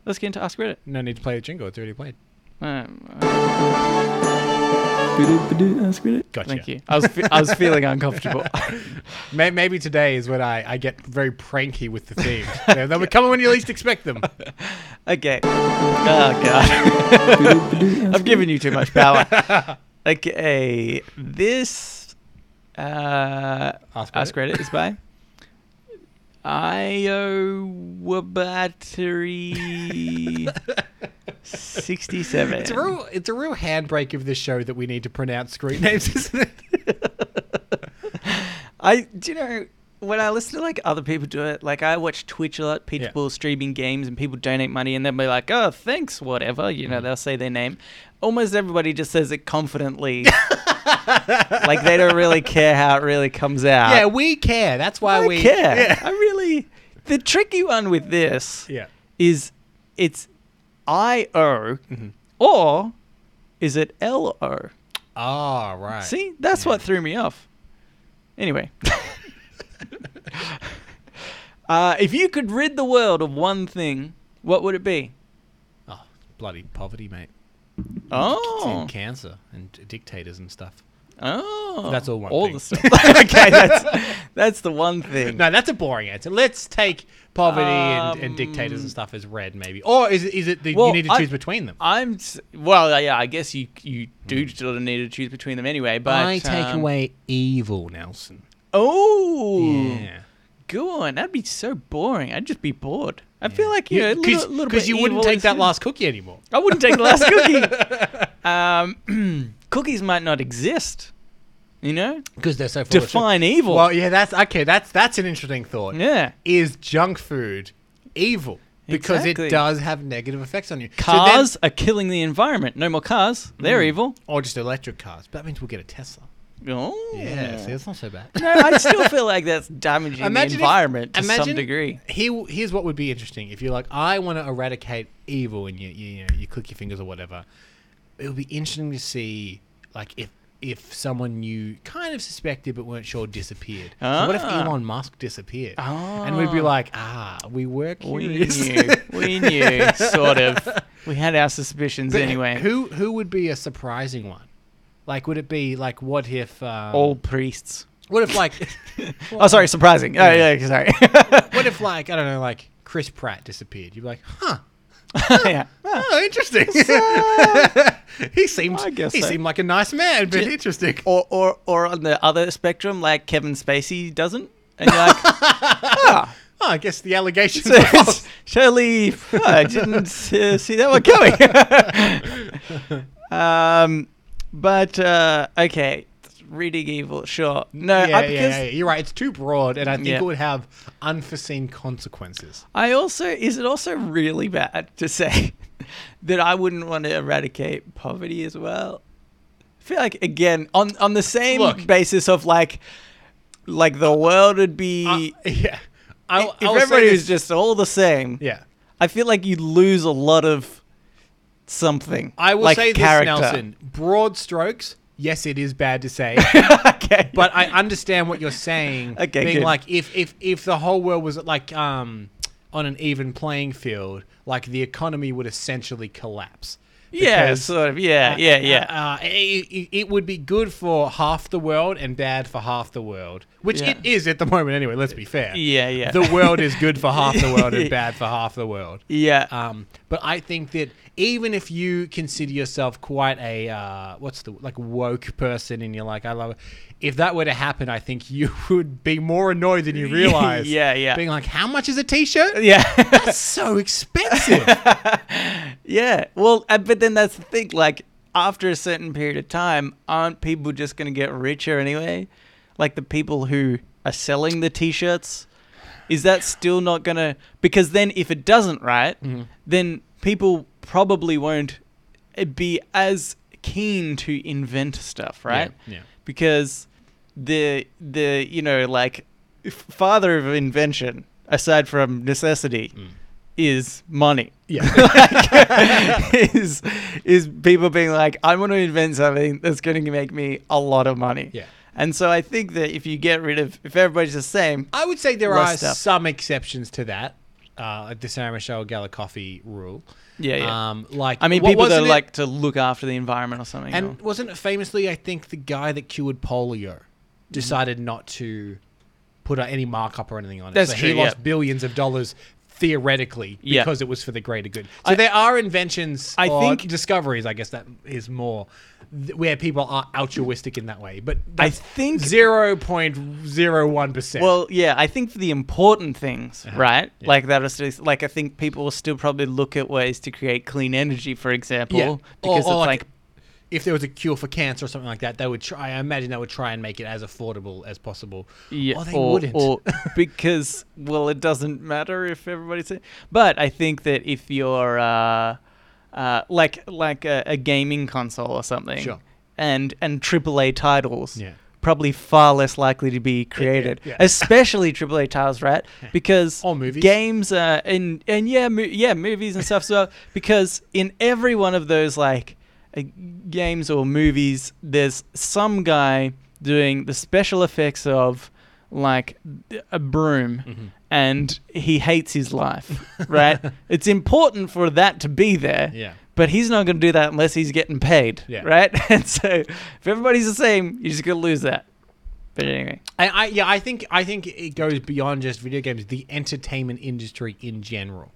Speaker 1: Let's get into Ask Reddit.
Speaker 2: No need to play the jingle. It's already played.
Speaker 1: Um, Ask Reddit.
Speaker 2: Gotcha.
Speaker 1: Thank you. I was fe- I was feeling uncomfortable.
Speaker 2: May- Maybe today is when I, I get very pranky with the themes. They'll they'll be coming when you least expect them.
Speaker 1: okay. Oh god. I've given you too much power. Okay. This uh,
Speaker 2: Ask
Speaker 1: Ask Reddit is by Iowabattery sixty-seven.
Speaker 2: It's a real it's a real handbrake of this show that we need to pronounce screen names, isn't it?
Speaker 1: I do you know when I listen to like other people do it, like I watch Twitch a lot. People
Speaker 2: Yeah.
Speaker 1: will streaming games and people donate money and they'll be like, "Oh, thanks, whatever." You
Speaker 2: Mm-hmm.
Speaker 1: know, they'll say their name. Almost everybody just says it confidently, like they don't really care how it really comes out.
Speaker 2: yeah, we care. That's why
Speaker 1: I
Speaker 2: we
Speaker 1: care. I
Speaker 2: Yeah.
Speaker 1: really. The tricky one with this
Speaker 2: yeah.
Speaker 1: is it's I O
Speaker 2: Mm-hmm.
Speaker 1: or is it L O?
Speaker 2: Oh, right.
Speaker 1: See, that's what threw me off. Anyway. uh, if you could rid the world of one thing, what would it be?
Speaker 2: Oh, bloody poverty, mate.
Speaker 1: Oh.
Speaker 2: And cancer and dictators and stuff.
Speaker 1: Oh.
Speaker 2: That's all one
Speaker 1: all
Speaker 2: thing.
Speaker 1: the stuff. okay, that's that's the one thing.
Speaker 2: No, that's a boring answer. Let's take poverty and, and dictators
Speaker 1: Um,
Speaker 2: and stuff as red, maybe. Or is it, is it the,
Speaker 1: Well,
Speaker 2: you need to
Speaker 1: I-
Speaker 2: choose between them?
Speaker 1: I'm s- well, yeah, I guess you you do sort of need to choose between them anyway, but
Speaker 2: Hmm. I take
Speaker 1: um,
Speaker 2: away evil, Nelson.
Speaker 1: Oh.
Speaker 2: Yeah.
Speaker 1: Go on. That'd be so boring. I'd just be bored. I feel like you know, a
Speaker 2: Because
Speaker 1: little, little bit
Speaker 2: you wouldn't
Speaker 1: evil
Speaker 2: take
Speaker 1: is
Speaker 2: that
Speaker 1: good.
Speaker 2: last cookie anymore.
Speaker 1: I wouldn't take the last cookie. Um, cookies might not exist. You know,
Speaker 2: Because they're so full of sugar.
Speaker 1: define evil.
Speaker 2: Well, yeah, that's okay. That's that's an interesting thought.
Speaker 1: yeah,
Speaker 2: Is junk food evil? Because
Speaker 1: Exactly.
Speaker 2: it does have negative effects on you. So then-
Speaker 1: cars are killing the environment. No more cars. They're evil.
Speaker 2: or just electric cars. But that means we'll get a Tesla.
Speaker 1: Oh.
Speaker 2: Yeah, see, it's not so bad.
Speaker 1: No, I still feel like that's damaging
Speaker 2: Imagine
Speaker 1: the
Speaker 2: if-
Speaker 1: environment to some
Speaker 2: imagine-
Speaker 1: degree.
Speaker 2: He, here's what would be interesting if you're like, I want to eradicate evil, and you you, you, know, you click your fingers or whatever. It would be interesting to see, like, if if someone you kind of suspected but weren't sure disappeared. So what if
Speaker 1: Ah.
Speaker 2: Elon Musk disappeared? And we'd be
Speaker 1: Ah.
Speaker 2: like, ah, we were
Speaker 1: We
Speaker 2: curious.
Speaker 1: knew. We knew, sort of. We had our suspicions
Speaker 2: But
Speaker 1: anyway.
Speaker 2: who who would be a surprising one? Like, would it be like, what if? Um,
Speaker 1: All priests.
Speaker 2: What if like?
Speaker 1: Oh, sorry, surprising. Oh, yeah, sorry.
Speaker 2: What if like I don't know, like Chris Pratt disappeared? You'd be like, huh?
Speaker 1: yeah.
Speaker 2: Oh, interesting. he seemed
Speaker 1: I guess
Speaker 2: he
Speaker 1: so.
Speaker 2: seemed like a nice man, but interesting.
Speaker 1: Or, or, or on the other spectrum, like Kevin Spacey doesn't, and you're like, ah,
Speaker 2: Oh, I guess the allegations.
Speaker 1: so
Speaker 2: are false.
Speaker 1: it's- Shirley, oh, I didn't uh, see that one coming. um, but uh, okay, reading evil, sure. No,
Speaker 2: yeah,
Speaker 1: I,
Speaker 2: yeah,
Speaker 1: because
Speaker 2: yeah, you're right. It's too broad, and I think
Speaker 1: Yeah.
Speaker 2: it would have unforeseen consequences.
Speaker 1: I also is it also really bad to say that I wouldn't want to eradicate poverty as well. I feel like again on on the same
Speaker 2: Look.
Speaker 1: basis of like like the world would be
Speaker 2: Uh, yeah, I,
Speaker 1: if
Speaker 2: I will say
Speaker 1: everybody was
Speaker 2: this-
Speaker 1: just all the same.
Speaker 2: yeah.
Speaker 1: I feel like you'd lose a lot of something.
Speaker 2: I will
Speaker 1: like
Speaker 2: say this,
Speaker 1: character.
Speaker 2: Nelson. Broad strokes. Yes, it is bad to say,
Speaker 1: okay,
Speaker 2: but I understand what you're saying.
Speaker 1: Okay,
Speaker 2: being
Speaker 1: good.
Speaker 2: like if if if the whole world was like um on an even playing field, like the economy would essentially collapse.
Speaker 1: yeah,
Speaker 2: because-
Speaker 1: sort of, yeah, yeah, yeah.
Speaker 2: Uh, it, it- it would be good for half the world and bad for half the world, which
Speaker 1: Yeah.
Speaker 2: it is at the moment anyway. Let's be fair.
Speaker 1: Yeah, yeah.
Speaker 2: The world is good for half the world and bad for half the world.
Speaker 1: yeah,
Speaker 2: Um, but I think that even if you consider yourself quite a uh, what's the like woke person and you're like I love it, if that were to happen, I think you would be more annoyed than you realize.
Speaker 1: Yeah, yeah.
Speaker 2: Being like, how much is a t-shirt?
Speaker 1: yeah.
Speaker 2: That's so expensive.
Speaker 1: Yeah. Well, uh, but then that's the thing. Like, after a certain period of time, aren't people just going to get richer anyway? Like, the people who are selling the t shirts, is that still not going to. Because then, if it doesn't, right,
Speaker 2: Mm-hmm.
Speaker 1: then people probably won't uh, be as keen to invent stuff, right?
Speaker 2: yeah.
Speaker 1: Because the, the you know, like, f- father of invention, aside from necessity, is money
Speaker 2: Mm. yeah.
Speaker 1: is is people being like, I want to invent something that's going to make me a lot of money.
Speaker 2: Yeah.
Speaker 1: And so I think that if you get rid of, if everybody's the same,
Speaker 2: I would say there
Speaker 1: Less
Speaker 2: are
Speaker 1: stuff.
Speaker 2: some exceptions to that, uh, like the Sarah Michelle Gellar coffee rule.
Speaker 1: yeah, yeah.
Speaker 2: Um, like
Speaker 1: I mean,
Speaker 2: what-
Speaker 1: people that
Speaker 2: wasn't it-
Speaker 1: like to look after the environment or something.
Speaker 2: and wasn't it famously? I think the guy that cured polio decided not to put out any markup or anything on it.
Speaker 1: That's
Speaker 2: so he
Speaker 1: true, yeah.
Speaker 2: lost billions of dollars theoretically
Speaker 1: Yeah.
Speaker 2: because it was for the greater good. So
Speaker 1: I-
Speaker 2: there are inventions,
Speaker 1: I
Speaker 2: or
Speaker 1: think-
Speaker 2: discoveries. I guess that is more th- where people are altruistic in that way, but
Speaker 1: I
Speaker 2: that's
Speaker 1: think,
Speaker 2: zero point zero one percent.
Speaker 1: well, yeah, I think for the important things, right?
Speaker 2: Uh-huh. yeah.
Speaker 1: Like that, are still, like I think people will still probably look at ways to create clean energy, for example,
Speaker 2: Yeah. Or-
Speaker 1: because
Speaker 2: or
Speaker 1: it's
Speaker 2: like-
Speaker 1: like,
Speaker 2: if there was a cure for cancer or something like that, they would try. I imagine they would try and make it as affordable as possible.
Speaker 1: Yeah,
Speaker 2: or they wouldn't.
Speaker 1: or because well, it doesn't matter if everybody's. But I think that if you're uh, uh, like like a, a gaming console or something,
Speaker 2: Sure.
Speaker 1: and and AAA titles,
Speaker 2: Yeah.
Speaker 1: probably far less likely to be created,
Speaker 2: yeah.
Speaker 1: especially AAA titles, right? Because
Speaker 2: Or movies.
Speaker 1: games uh, and and yeah, mo- yeah, movies and stuff as well. Because in every one of those like uh, games or movies, there's some guy doing the special effects of like a broom.
Speaker 2: Mm-hmm.
Speaker 1: And he hates his life, right? it's important for that to be there,
Speaker 2: yeah,
Speaker 1: but he's not going to do that unless he's getting paid,
Speaker 2: Yeah.
Speaker 1: right? And so if everybody's the same, you're just going to lose that. But anyway,
Speaker 2: I, I yeah, I think I think it goes beyond just video games. The entertainment industry in general,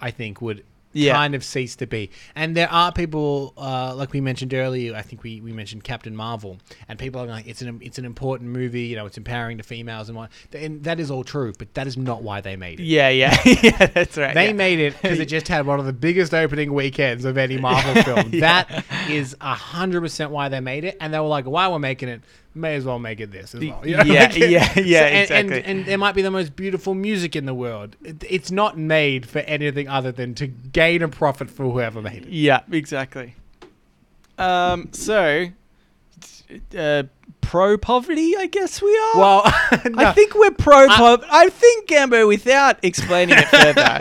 Speaker 2: I think, would
Speaker 1: Yeah.
Speaker 2: kind of cease to be. And there are people uh, like we mentioned earlier. I think we, we mentioned Captain Marvel, and people are like, it's an it's an important movie. You know, it's empowering to females and what. And that is all true, but that is not why they made it.
Speaker 1: yeah, yeah, yeah, that's right.
Speaker 2: They
Speaker 1: Uh, yeah.
Speaker 2: made it because it just had one of the biggest opening weekends of any Marvel film. That is hundred percent why they made it, and they were like, "Why we're making it? May as well make it this as well." You know,
Speaker 1: yeah,
Speaker 2: like-
Speaker 1: yeah, yeah,
Speaker 2: and,
Speaker 1: exactly.
Speaker 2: And, and there might be the most beautiful music in the world. It- It's not made for anything other than to gain a profit for whoever made it.
Speaker 1: Yeah, exactly. Um, so uh, pro poverty, I guess we are.
Speaker 2: Well,
Speaker 1: I think we're pro poverty. I think Gambo, without explaining it further,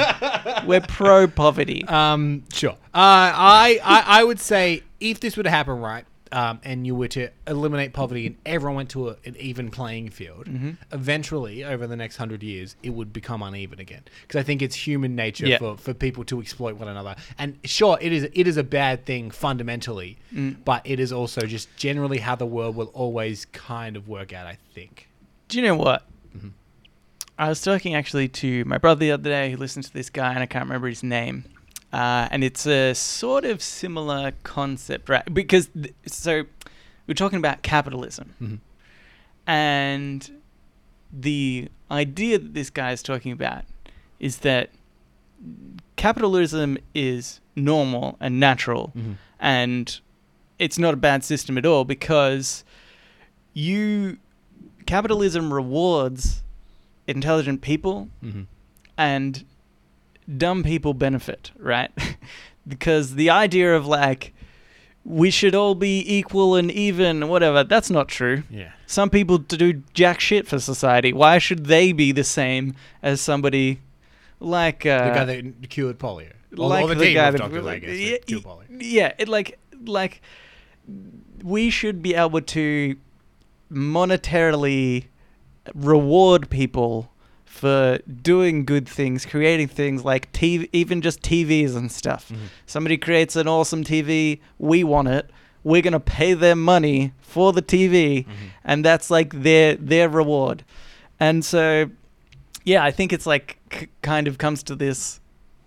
Speaker 1: we're pro poverty.
Speaker 2: Um, sure. Uh, I, I I would say if this were to happen right, um, and you were to eliminate poverty and everyone went to a, an even playing field, eventually over the next hundred years, it would become uneven again. Because I think it's human nature
Speaker 1: Yeah.
Speaker 2: for, for people to exploit one another. And sure, it is it is a bad thing fundamentally, but it is also just generally how the world will always kind of work out. I think.
Speaker 1: Do you know what? I was talking actually to my brother the other day who listened to this guy, and I can't remember his name. Uh, and it's a sort of similar concept, right? Because, th- so we're talking about capitalism. And the idea that this guy is talking about is that capitalism is normal and natural.
Speaker 2: Mm-hmm.
Speaker 1: And it's not a bad system at all because you capitalism rewards intelligent people
Speaker 2: Mm-hmm.
Speaker 1: and dumb people benefit, right? because the idea of like we should all be equal and even, whatever, that's not true.
Speaker 2: Yeah.
Speaker 1: Some people do jack shit for society. Why should they be the same as somebody like uh,
Speaker 2: The guy that cured polio. Or-
Speaker 1: like
Speaker 2: or the,
Speaker 1: the
Speaker 2: team
Speaker 1: guy
Speaker 2: of
Speaker 1: that-
Speaker 2: doctors, I
Speaker 1: like,
Speaker 2: guess,
Speaker 1: yeah,
Speaker 2: that cured
Speaker 1: y-
Speaker 2: polio.
Speaker 1: yeah, it like like we should be able to monetarily reward people for doing good things, creating things like TV, even just TVs and stuff. Somebody creates an awesome TV, we want it. We're gonna pay them money for the TV, and that's like their their reward. And so, yeah, I think it's like c- kind of comes to this,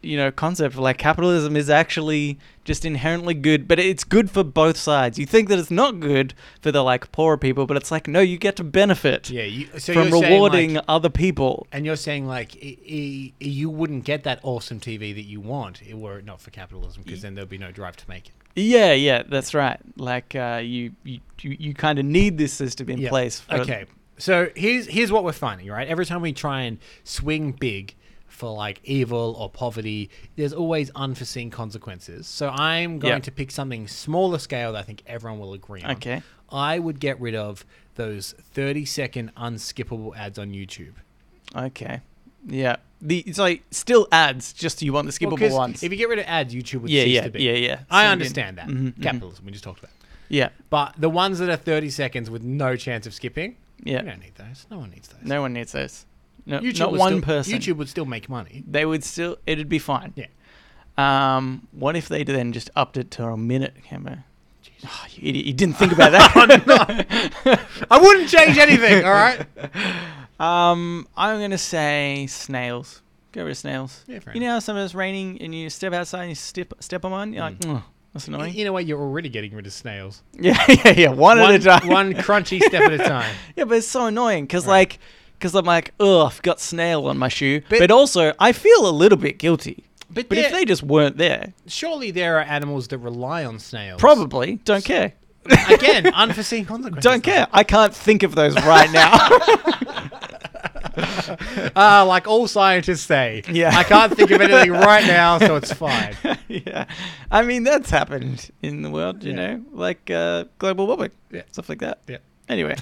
Speaker 1: you know, concept of like capitalism is actually just inherently good, but it's good for both sides. You think that it's not good for the like poorer people, but it's like no, you get to benefit
Speaker 2: Yeah, you, so
Speaker 1: from
Speaker 2: you're saying, like-
Speaker 1: rewarding other people.
Speaker 2: and you're saying like i i you wouldn't get that awesome TV that you want i- were it not for capitalism, because then there'd be no drive to make it.
Speaker 1: Yeah, yeah, that's right. Like uh, you, you, you, you kind of need this system in
Speaker 2: Yeah.
Speaker 1: place. For,
Speaker 2: Okay, so here's here's what we're finding. Right, every time we try and swing big for like evil or poverty, there's always unforeseen consequences. So I'm going
Speaker 1: Yeah.
Speaker 2: to pick something smaller scale that I think everyone will agree on.
Speaker 1: Okay.
Speaker 2: I would get rid of those 30 second unskippable ads on YouTube.
Speaker 1: Okay. Yeah. The it's like still ads. Just you want the
Speaker 2: Well,
Speaker 1: skippable
Speaker 2: 'cause
Speaker 1: ones.
Speaker 2: If you get rid of ads, YouTube would
Speaker 1: Yeah,
Speaker 2: cease
Speaker 1: yeah,
Speaker 2: to be.
Speaker 1: yeah, yeah. So
Speaker 2: I
Speaker 1: you
Speaker 2: understand that.
Speaker 1: didn't- mhm, mhm.
Speaker 2: Capitalism. We just talked about.
Speaker 1: yeah.
Speaker 2: But the ones that are 30 seconds with no chance of skipping,
Speaker 1: Yeah.
Speaker 2: we don't need those. No one needs those.
Speaker 1: No one needs those. No,
Speaker 2: YouTube
Speaker 1: not
Speaker 2: would
Speaker 1: one
Speaker 2: still-
Speaker 1: person.
Speaker 2: YouTube would still make money.
Speaker 1: They would still. It'd be fine.
Speaker 2: Yeah.
Speaker 1: Um. What if they then just upped it to a minute, Cambo? Oh, you idiot! You didn't think about that.
Speaker 2: I wouldn't change anything, all right?
Speaker 1: Um, I'm gonna say snails. Get rid of snails.
Speaker 2: Yeah, fair
Speaker 1: you know how sometimes it's raining and you step outside and you step step on one. You're like,
Speaker 2: Mm.
Speaker 1: "Ugh, that's annoying.
Speaker 2: In a way, you're already getting rid of snails.
Speaker 1: Yeah, yeah, yeah. One,
Speaker 2: one,
Speaker 1: at a time.
Speaker 2: one crunchy step at a time.
Speaker 1: Yeah, but it's so annoying because like, because I'm like, ugh, I've got snail on my shoe.
Speaker 2: But-
Speaker 1: But, also, I feel a little bit guilty.
Speaker 2: But,
Speaker 1: But if
Speaker 2: there-
Speaker 1: they just weren't there,
Speaker 2: surely there are animals that rely on snails.
Speaker 1: probably don't care.
Speaker 2: Again, unforeseen consequences.
Speaker 1: Don't care. I can't think of those right now.
Speaker 2: Uh, like all scientists say.
Speaker 1: Yeah.
Speaker 2: I can't think of anything right now, so it's fine.
Speaker 1: yeah, I mean that's happened in the world. You
Speaker 2: Yeah.
Speaker 1: know, like uh, global warming,
Speaker 2: Yeah.
Speaker 1: stuff like that.
Speaker 2: Yeah.
Speaker 1: Anyway,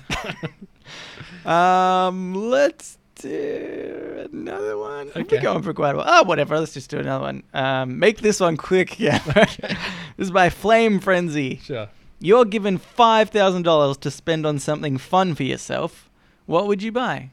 Speaker 1: um, let's do another one. We've
Speaker 2: Okay.
Speaker 1: been going for quite a while. Oh, whatever. Let's just do another one. Um, make this one quick. Yeah. this is by Flame Frenzy.
Speaker 2: Sure.
Speaker 1: You're given five thousand dollars to spend on something fun for yourself. What would you buy?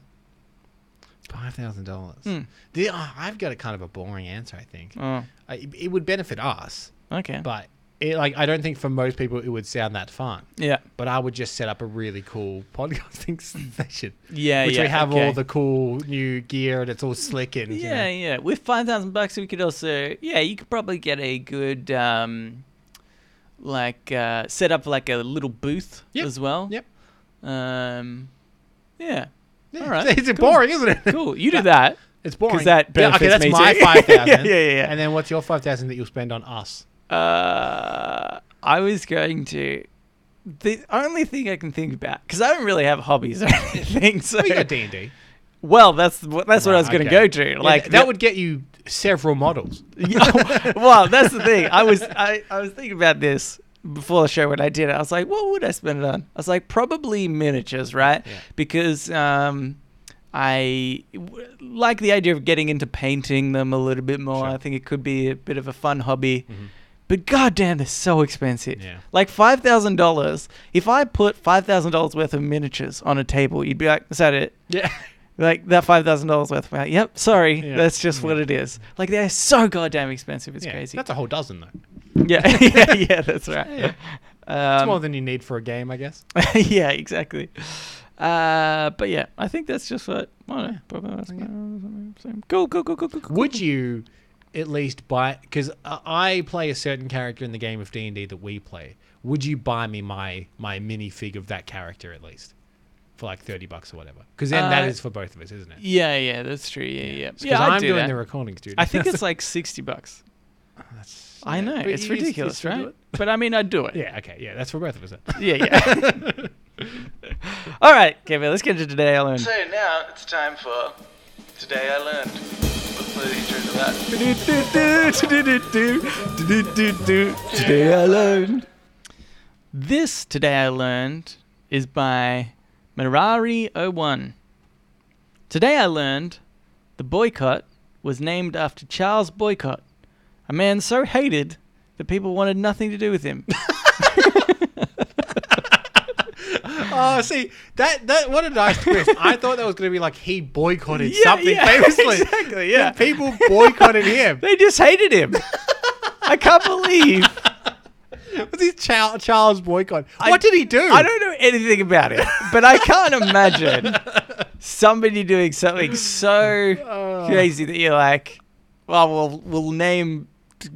Speaker 2: Five thousand dollars. uh,
Speaker 1: Hmm.
Speaker 2: I've got a kind of a boring answer. I think
Speaker 1: Oh,
Speaker 2: I- it, it would benefit us,
Speaker 1: okay.
Speaker 2: but it, like I don't think for most people it would sound that fun.
Speaker 1: yeah.
Speaker 2: But I would just set up a really cool podcasting station,
Speaker 1: Yeah.
Speaker 2: which
Speaker 1: Uh, yeah,
Speaker 2: we have
Speaker 1: okay.
Speaker 2: all the cool new gear and it's all slick and you know.
Speaker 1: Yeah, yeah. With five thousand bucks, we could also yeah, you could probably get a good um, like uh, set up like a little booth
Speaker 2: Yep,
Speaker 1: as well.
Speaker 2: yep.
Speaker 1: Um, yeah.
Speaker 2: Yeah,
Speaker 1: All right,
Speaker 2: it's- it's
Speaker 1: cool.
Speaker 2: boring, isn't it?
Speaker 1: Cool. You do that
Speaker 2: It's boring.
Speaker 1: because that
Speaker 2: Yeah,
Speaker 1: benefits
Speaker 2: okay, that's
Speaker 1: me
Speaker 2: my
Speaker 1: too.
Speaker 2: five thousand.
Speaker 1: yeah, yeah, yeah.
Speaker 2: And then what's your five thousand that you'll spend on us?
Speaker 1: Uh, I was going to. The only thing I can think about, because I don't really have hobbies or anything. So,
Speaker 2: We got D and D.
Speaker 1: well, that's that's what I was going to go to. Like
Speaker 2: that would get you several models.
Speaker 1: Yeah, well, that's the thing. I was I, I was thinking about this before the show when I did it, I was like, what would I spend it on? I was like, probably miniatures, right?
Speaker 2: Yeah.
Speaker 1: Because um, I w- like the idea of getting into painting them a little bit more.
Speaker 2: Sure.
Speaker 1: I think it could be a bit of a fun hobby. But goddamn, they're so expensive.
Speaker 2: Mm-hmm. Yeah.
Speaker 1: Like five thousand dollars. If I put five thousand dollars worth of miniatures on a table, you'd be like, "Is that it?
Speaker 2: Yeah.
Speaker 1: Like that five thousand dollars worth?" Like, yep. Sorry,
Speaker 2: Yeah.
Speaker 1: that's just
Speaker 2: Yeah.
Speaker 1: what it is. Like they're so goddamn expensive. It's
Speaker 2: Yeah,
Speaker 1: crazy.
Speaker 2: That's a whole dozen, though.
Speaker 1: Um,
Speaker 2: It's
Speaker 1: Yeah, yeah, yeah, that's right.
Speaker 2: Yeah.
Speaker 1: Um,
Speaker 2: more than you need for a game, I guess.
Speaker 1: yeah, exactly. Uh, but yeah, I think that's just what. I don't know, probably that's
Speaker 2: Yeah.
Speaker 1: my- Cool, cool, cool, cool, cool. cool.
Speaker 2: Would you at least buy? Because I play a certain character in the game of D and D that we play. Would you buy me my my minifig of that character at least for like thirty bucks or whatever? Because then that
Speaker 1: Uh,
Speaker 2: is for both of us, isn't it?
Speaker 1: Yeah, yeah, that's true. Yeah, yeah. Yeah,
Speaker 2: Because I'm
Speaker 1: I'd do
Speaker 2: doing
Speaker 1: that.
Speaker 2: the recordings, dude.
Speaker 1: I think it's like sixty bucks.
Speaker 2: That's-
Speaker 1: I
Speaker 2: yeah,
Speaker 1: know
Speaker 2: but
Speaker 1: it's
Speaker 2: you- you- you
Speaker 1: ridiculous,
Speaker 2: still do
Speaker 1: right?
Speaker 2: it.
Speaker 1: But I mean, I'd do it.
Speaker 2: Yeah. Okay. Yeah. That's for both of us. then.
Speaker 1: yeah, yeah. All right, Kevin, let's get into today I learned.
Speaker 3: So now it's time for Today I Learned. Let's play the intro to that.
Speaker 1: Today I learned. This today I learned is by Mirari01. Today I learned the boycott was named after Charles Boycott, a man so hated that people wanted nothing to do with him.
Speaker 2: Oh, see that that what a nice twist! I thought that was going to be like he boycotted
Speaker 1: Yeah,
Speaker 2: something
Speaker 1: yeah,
Speaker 2: famously.
Speaker 1: exactly, yeah.
Speaker 2: And people boycotted him.
Speaker 1: they just hated him. I can't believe.
Speaker 2: What's his Char- Charles boycott?
Speaker 1: I-
Speaker 2: What did he do?
Speaker 1: I don't know anything about it, but I can't imagine somebody doing something so
Speaker 2: Uh.
Speaker 1: crazy that you're like, well, we'll, we'll name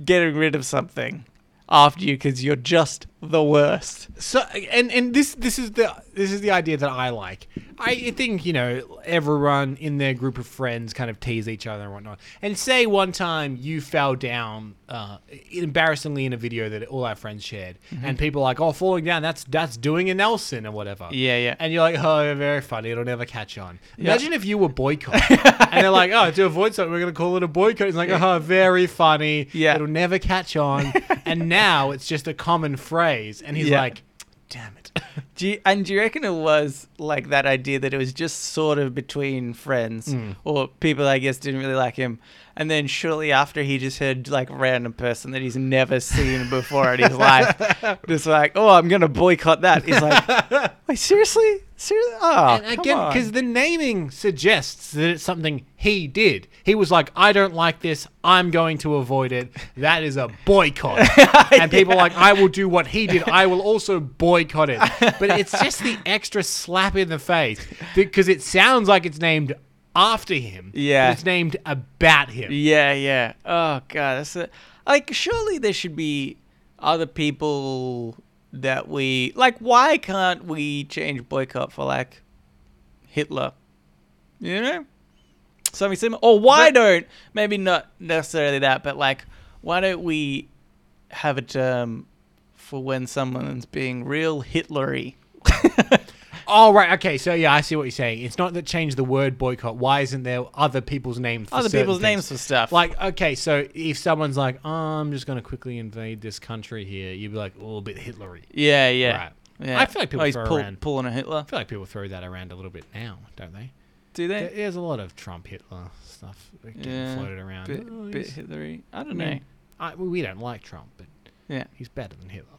Speaker 1: getting rid of something after you because you're just the worst.
Speaker 2: So and and this this is the this is the idea that I like. I think you know everyone in their group of friends kind of tease each other and whatnot. And say one time you fell down uh, embarrassingly in a video that all our friends shared, and people are like, "Oh, falling down that's that's doing a Nelson or whatever."
Speaker 1: Yeah, yeah.
Speaker 2: And you're like, "Oh, very funny. It'll never catch on." Imagine if you were boycott, and they're like, "Oh, to avoid something, we're gonna call it a boycott." It's like, "Oh, very funny.
Speaker 1: Yeah.
Speaker 2: it'll never catch on." and now it's just a common phrase, and he's
Speaker 1: Yeah.
Speaker 2: like. Damn it.
Speaker 1: Do you, and do you reckon it was like that idea that it was just sort of between friends or people I guess didn't really like him, and then shortly after he just heard like random person that he's never seen before in his life, just like oh I'm gonna boycott that. He's like wait seriously seriously oh
Speaker 2: And again, because the naming suggests that it's something he did. He was like, I don't like this. I'm going to avoid it. That is a boycott. and people are like, I will do what he did. I will also boycott it. But it's just the extra slap in the face because it sounds like it's named after him. but
Speaker 1: Yeah.
Speaker 2: it's named about him.
Speaker 1: yeah yeah oh god that's a, like surely there should be other people that we like why can't we change boycott for like Hitler. You know? Something similar. Or why don't, maybe not necessarily that, but like, why don't we have a term for when someone's being real Hitlery?
Speaker 2: Oh, right. Okay. So, yeah, I see what you're saying. It's not that change the word boycott. Why isn't there other people's names for
Speaker 1: Other
Speaker 2: certain
Speaker 1: people's names
Speaker 2: things?
Speaker 1: for stuff.
Speaker 2: Like, okay, so if someone's like, oh, I'm just going to quickly invade this country here, you'd be like, oh, a bit Hitlery.
Speaker 1: yeah, yeah.
Speaker 2: Right.
Speaker 1: yeah.
Speaker 2: I feel like people
Speaker 1: oh, he's
Speaker 2: throw
Speaker 1: pull-
Speaker 2: around-
Speaker 1: pulling a Hitler.
Speaker 2: I feel like people throw that around a little bit now, don't they?
Speaker 1: Do
Speaker 2: There-
Speaker 1: they?
Speaker 2: There's a lot of Trump Hitler stuff that getting
Speaker 1: Eh. Yeah,
Speaker 2: floated around.
Speaker 1: Bit,
Speaker 2: Oh,
Speaker 1: bit
Speaker 2: he's-
Speaker 1: Hitlery. I
Speaker 2: I
Speaker 1: don't know.
Speaker 2: mean, I, well, we don't like Trump, but
Speaker 1: Yeah.
Speaker 2: he's better than Hitler.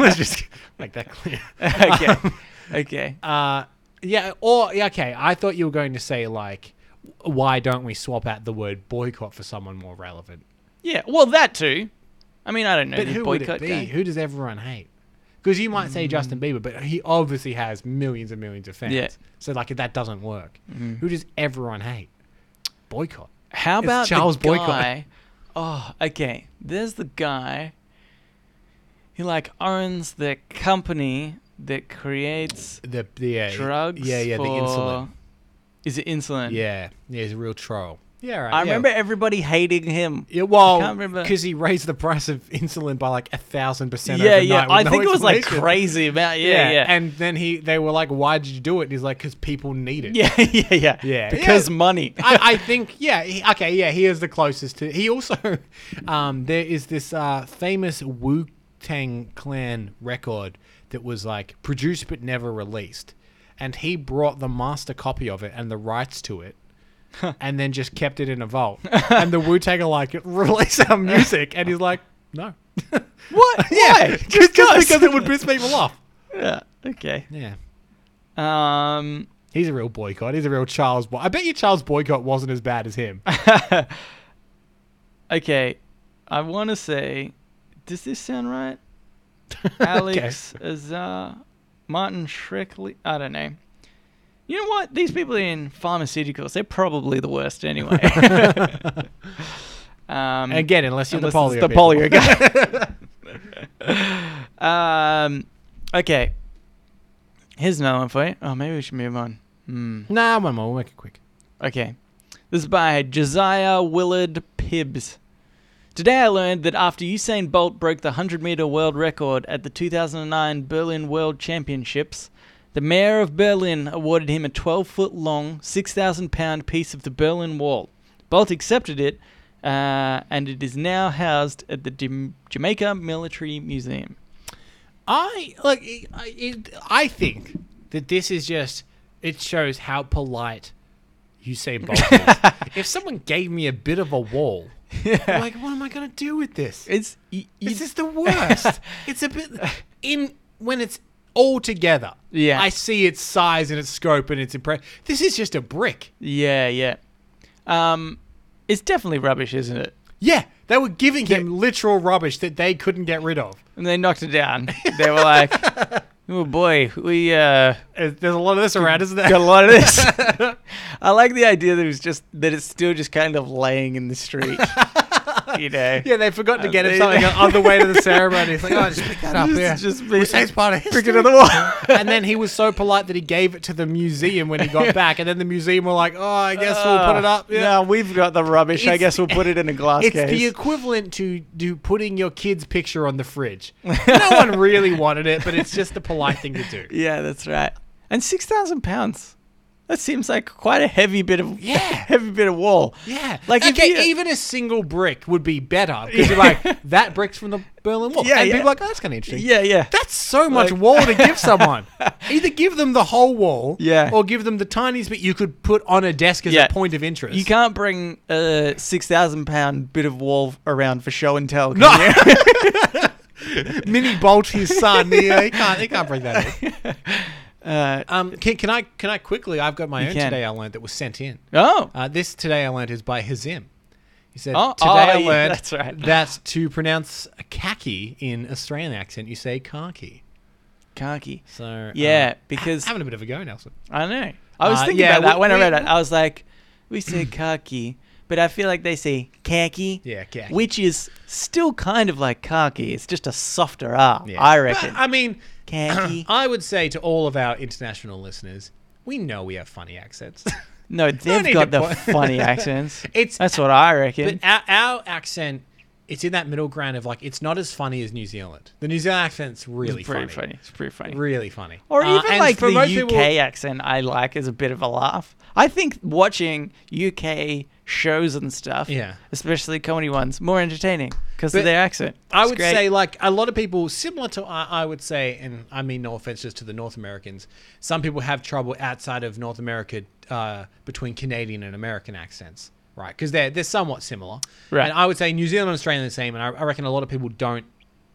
Speaker 2: Let's just make that clear.
Speaker 1: okay. Okay.
Speaker 2: Uh, yeah, or yeah, okay. I thought you were going to say like, why don't we swap out the word boycott for someone more relevant?
Speaker 1: Yeah. Well, that too. I mean, I don't know.
Speaker 2: But
Speaker 1: the
Speaker 2: who would
Speaker 1: boycott
Speaker 2: it be?
Speaker 1: guy.
Speaker 2: Who does everyone hate? Because you might say Justin Bieber, but he obviously has millions and millions of fans.
Speaker 1: Yeah. Mm.
Speaker 2: So like that doesn't work. Who does everyone hate? Boycott.
Speaker 1: How
Speaker 2: It's
Speaker 1: about
Speaker 2: Charles
Speaker 1: the
Speaker 2: Boycott.
Speaker 1: guy? Oh, okay. There's the guy. He like owns the company that creates
Speaker 2: The the uh,
Speaker 1: drugs.
Speaker 2: Yeah, yeah,
Speaker 1: for...
Speaker 2: the insulin.
Speaker 1: Is it insulin?
Speaker 2: Yeah, yeah, he's a real troll. Yeah, right.
Speaker 1: I
Speaker 2: yeah.
Speaker 1: remember everybody hating him.
Speaker 2: Yeah, well,
Speaker 1: I can't remember-
Speaker 2: because he raised the price of insulin by like a thousand percent.
Speaker 1: yeah,
Speaker 2: overnight
Speaker 1: yeah.
Speaker 2: with
Speaker 1: I
Speaker 2: no
Speaker 1: think it was like
Speaker 2: explanation.
Speaker 1: crazy about. Yeah, yeah.
Speaker 2: And then he, they were like, "Why did you do it?" And he's like, "Cause people need it."
Speaker 1: yeah, yeah, yeah,
Speaker 2: Yeah.
Speaker 1: Because money.
Speaker 2: I, I think, yeah, he, okay, yeah, he is the closest to. He also, um, there is this uh, famous Wu Tang Clan record that was like produced but never released, and he brought the master copy of it and the rights to it. And then just kept it in a vault, and the Wu Tang are like, "Release our music," and he's like, "No,
Speaker 1: What?
Speaker 2: yeah,
Speaker 1: Why?
Speaker 2: just,
Speaker 1: nice.
Speaker 2: just because it would piss people off."
Speaker 1: Yeah. Okay.
Speaker 2: Yeah,
Speaker 1: Um.
Speaker 2: He's a real boycott. He's a real Charles. Boy- I bet you Charles Boycott wasn't as bad as him.
Speaker 1: Okay. I want to say, does this sound right? Alex Azar, Martin Shrekley. I don't know. You know what? These people in pharmaceuticals, they're probably the worst anyway. um,
Speaker 2: Again, unless you're
Speaker 1: unless
Speaker 2: the polio.
Speaker 1: it's the
Speaker 2: people.
Speaker 1: polio guy. um, okay. Here's another one for you. Oh, maybe we should move on. Hmm.
Speaker 2: nah, one more. We'll make it quick.
Speaker 1: Okay. This is by Josiah Willard Pibbs. Today I learned that after Usain Bolt broke the 100 meter world record at the 2009 Berlin World Championships, the mayor of Berlin awarded him a 12 foot long, 6,000 pound piece of the Berlin Wall. Bolt accepted it, uh, and it is now housed at the Jam- Jamaica Military Museum.
Speaker 2: I like. It, I- it, I think that this is just. It shows how polite Usain Bolt is. if someone gave me a bit of a wall, I'm like, what am I gonna do with this?
Speaker 1: It's. You,
Speaker 2: This is the worst. it's a bit in when it's all together.
Speaker 1: Yeah.
Speaker 2: I see its size and its scope and its impress. This is just a brick.
Speaker 1: yeah, yeah. Um, it's definitely rubbish, isn't it?
Speaker 2: Yeah, they were giving him literal rubbish that they couldn't get rid of.
Speaker 1: and they knocked it down. They were like, "Oh boy, we uh,
Speaker 2: Uh, There's a lot of this around, isn't there?
Speaker 1: got a lot of this." I like the idea that it was just that it's still just kind of laying in the street, you know.
Speaker 2: Yeah, they forgot to
Speaker 1: Uh,
Speaker 2: get him
Speaker 1: they-
Speaker 2: something on the way to the ceremony. It's like, oh, just pick that up.
Speaker 1: Just-
Speaker 2: yeah.
Speaker 1: just
Speaker 2: We say it's part of
Speaker 1: Pick
Speaker 2: history.
Speaker 1: it on the wall.
Speaker 2: and then he was so polite that he gave it to the museum when he got back. And then the museum were like, oh, I guess we'll put it
Speaker 1: Ah,
Speaker 2: up. Yeah.
Speaker 1: Now we've got the rubbish. I
Speaker 2: It's-
Speaker 1: guess we'll put it in a glass
Speaker 2: It's
Speaker 1: case.
Speaker 2: the equivalent to do putting your kid's picture on the fridge. No one really wanted it, but it's just the polite thing to do.
Speaker 1: yeah, that's right. And six thousand pounds. That seems like quite a heavy bit of
Speaker 2: Yeah.
Speaker 1: heavy bit of wall.
Speaker 2: Yeah.
Speaker 1: Like,
Speaker 2: Like
Speaker 1: if
Speaker 2: okay,
Speaker 1: you-
Speaker 2: even a single brick would be better because you're like that brick's from the Berlin Wall.
Speaker 1: Yeah,
Speaker 2: and
Speaker 1: yeah.
Speaker 2: people are like, oh, that's kind of interesting.
Speaker 1: Yeah, yeah.
Speaker 2: That's so much
Speaker 1: Like-
Speaker 2: wall to give someone. Either give them the whole wall,
Speaker 1: Yeah.
Speaker 2: or give them the tiniest bit you could put on a desk as
Speaker 1: Yeah.
Speaker 2: a point of interest.
Speaker 1: You can't bring a six thousand pound bit of wall around for show and tell. can
Speaker 2: No.
Speaker 1: you?
Speaker 2: Mini Bolt, his son. Yeah, he can't. He can't bring that in.
Speaker 1: Uh,
Speaker 2: Um, can, can I? Can I quickly? I've got my
Speaker 1: You
Speaker 2: own
Speaker 1: can.
Speaker 2: today. I learned that was sent in.
Speaker 1: oh,
Speaker 2: Uh, this today I learned is by Hazim. He said,
Speaker 1: Oh,
Speaker 2: "Today
Speaker 1: oh,
Speaker 2: I
Speaker 1: yeah,
Speaker 2: learned
Speaker 1: that's right.
Speaker 2: that to pronounce khaki in Australian accent, you say khaki.
Speaker 1: khaki.
Speaker 2: So uh,
Speaker 1: Yeah, because-
Speaker 2: having a bit of a go, Nelson.
Speaker 1: I know. I was
Speaker 2: Uh,
Speaker 1: thinking
Speaker 2: yeah,
Speaker 1: about that
Speaker 2: we-
Speaker 1: when I
Speaker 2: we-
Speaker 1: read it. I was like, we say khaki, but I feel like they say khaki.
Speaker 2: Yeah, khaki.
Speaker 1: Which is still kind of like khaki. It's just a softer R, I
Speaker 2: Yeah.
Speaker 1: reckon.
Speaker 2: But, uh, I mean,
Speaker 1: khaki.
Speaker 2: I would say to all of our international listeners, we know we have funny accents.
Speaker 1: no, they've
Speaker 2: need
Speaker 1: got
Speaker 2: to
Speaker 1: the
Speaker 2: point-
Speaker 1: funny accents.
Speaker 2: It's-
Speaker 1: That's what I reckon.
Speaker 2: but our, our accent, it's in that middle ground of like, it's not as funny as New Zealand. The New Zealand accent's really
Speaker 1: it's pretty
Speaker 2: funny.
Speaker 1: funny. It's pretty funny.
Speaker 2: Really funny.
Speaker 1: Or
Speaker 2: Uh,
Speaker 1: even
Speaker 2: and
Speaker 1: like
Speaker 2: for
Speaker 1: the UK
Speaker 2: most people-
Speaker 1: accent, I like is a bit of a laugh. I think watching UK shows and stuff,
Speaker 2: Yeah.
Speaker 1: especially comedy ones, more entertaining because of
Speaker 2: But
Speaker 1: their accent.
Speaker 2: I
Speaker 1: It's
Speaker 2: would
Speaker 1: great.
Speaker 2: say, like a lot of people, similar to I, I would say, and I mean no offense just to the North Americans, some people have trouble outside of North America uh, between Canadian and American accents, right? Because they're they're somewhat similar,
Speaker 1: Right.
Speaker 2: And I would say New Zealand and Australia are the same, and I, I reckon a lot of people don't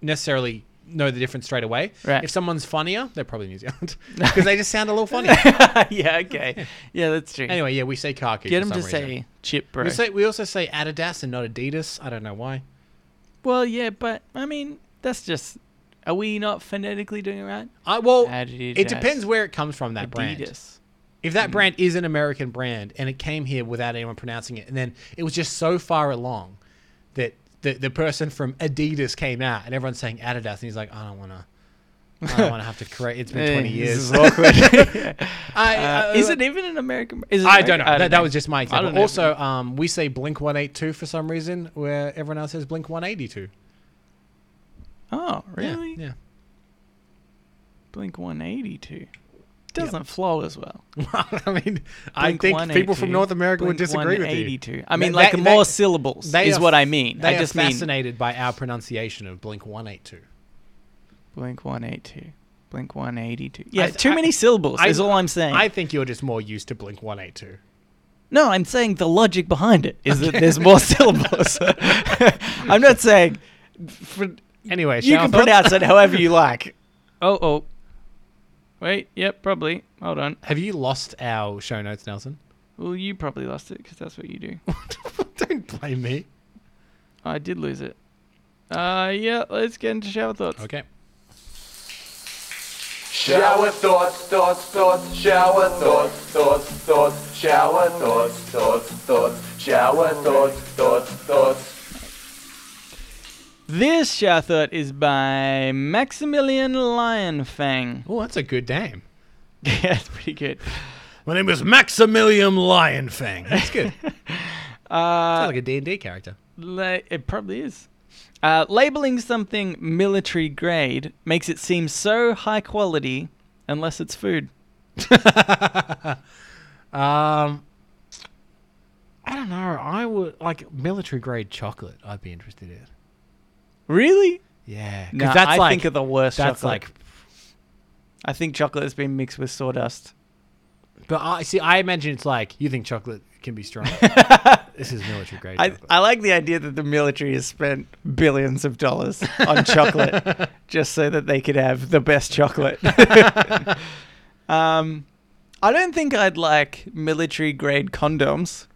Speaker 2: necessarily know the difference straight away.
Speaker 1: Right.
Speaker 2: If someone's funnier, they're probably New Zealand because they just sound a little funny.
Speaker 1: yeah, okay, yeah, that's true.
Speaker 2: anyway, yeah, we say khaki.
Speaker 1: Get
Speaker 2: for
Speaker 1: him to
Speaker 2: some reason.
Speaker 1: say chip, bro.
Speaker 2: We, say, we also say Adidas and not Adidas. I don't know why.
Speaker 1: well, yeah, but I mean, that's just. Are we not phonetically doing it right?
Speaker 2: I, well,
Speaker 1: Adidas.
Speaker 2: it depends where it comes from. That brand.
Speaker 1: Adidas.
Speaker 2: If
Speaker 1: Mm-hmm.
Speaker 2: that brand is an American brand and it came here without anyone pronouncing it, and then it was just so far along that the, the person from Adidas came out and everyone's saying Adidas, and he's like, I don't want to. I don't want to have to correct. It's been twenty
Speaker 1: Eh,
Speaker 2: years.
Speaker 1: This is awkward.
Speaker 2: I,
Speaker 1: Uh,
Speaker 2: uh,
Speaker 1: is it even an American? br- Is it
Speaker 2: I don't know.
Speaker 1: American?
Speaker 2: That, that was just my
Speaker 1: don't
Speaker 2: example.
Speaker 1: know.
Speaker 2: Also, um, we say Blink One Eight Two for some reason, where everyone else says Blink One Eighty Two.
Speaker 1: Oh, really?
Speaker 2: Yeah.
Speaker 1: Blink 182 doesn't flow as well.
Speaker 2: yeah. I mean, I
Speaker 1: Blink
Speaker 2: think people
Speaker 1: 182,
Speaker 2: from North America would
Speaker 1: Blink
Speaker 2: disagree with you.
Speaker 1: 182. I mean,
Speaker 2: They-
Speaker 1: like
Speaker 2: they-
Speaker 1: more
Speaker 2: they-
Speaker 1: syllables
Speaker 2: they
Speaker 1: is
Speaker 2: are-
Speaker 1: what I mean.
Speaker 2: They
Speaker 1: I just
Speaker 2: are
Speaker 1: mean
Speaker 2: fascinated by our pronunciation of Blink One Eight Two.
Speaker 1: Blink 182. Blink 182. Yeah,
Speaker 2: th-
Speaker 1: too
Speaker 2: I-
Speaker 1: many syllables
Speaker 2: I-
Speaker 1: is all I'm saying.
Speaker 2: I think you're just more used to Blink 182.
Speaker 1: no, I'm saying the logic behind it is that there's more syllables. I'm not saying. For,
Speaker 2: Anyway,
Speaker 1: you
Speaker 2: shall
Speaker 1: can
Speaker 2: I-
Speaker 1: pronounce it however you like. Oh, oh. Wait, yep, probably. Hold on.
Speaker 2: Have you lost our show notes, Nelson?
Speaker 1: Well, you probably lost it because that's what you do.
Speaker 2: Don't blame me.
Speaker 1: I did lose it. Uh, yeah, let's get into shower thoughts.
Speaker 2: Okay.
Speaker 4: Shower thoughts, thoughts, thoughts, shower thoughts, thoughts, thoughts, shower thoughts, thoughts, thoughts, shower thoughts, thoughts, thoughts.
Speaker 1: This shower thought is by Maximilian Lionfang.
Speaker 2: Oh, that's a good name.
Speaker 1: yeah, it's pretty good.
Speaker 2: My name is Maximilian Lionfang. That's good. Sounds
Speaker 1: Uh,
Speaker 2: like a D&D character.
Speaker 1: la- it probably is. Uh, labeling something military grade makes it seem so high quality, unless it's food.
Speaker 2: Um, I don't know. I would like military grade chocolate. I'd be interested in.
Speaker 1: Really?
Speaker 2: Yeah, because
Speaker 1: No,
Speaker 2: that's
Speaker 1: I
Speaker 2: like
Speaker 1: think of the worst.
Speaker 2: that's
Speaker 1: chocolate. I think chocolate has been mixed with sawdust.
Speaker 2: like. But I see. I imagine it's like you think chocolate can be strong. this is military grade.
Speaker 1: I,
Speaker 2: chocolate.
Speaker 1: I like the idea that the military has spent billions of dollars on chocolate just so that they could have the best chocolate. um, I don't think I'd like military grade condoms.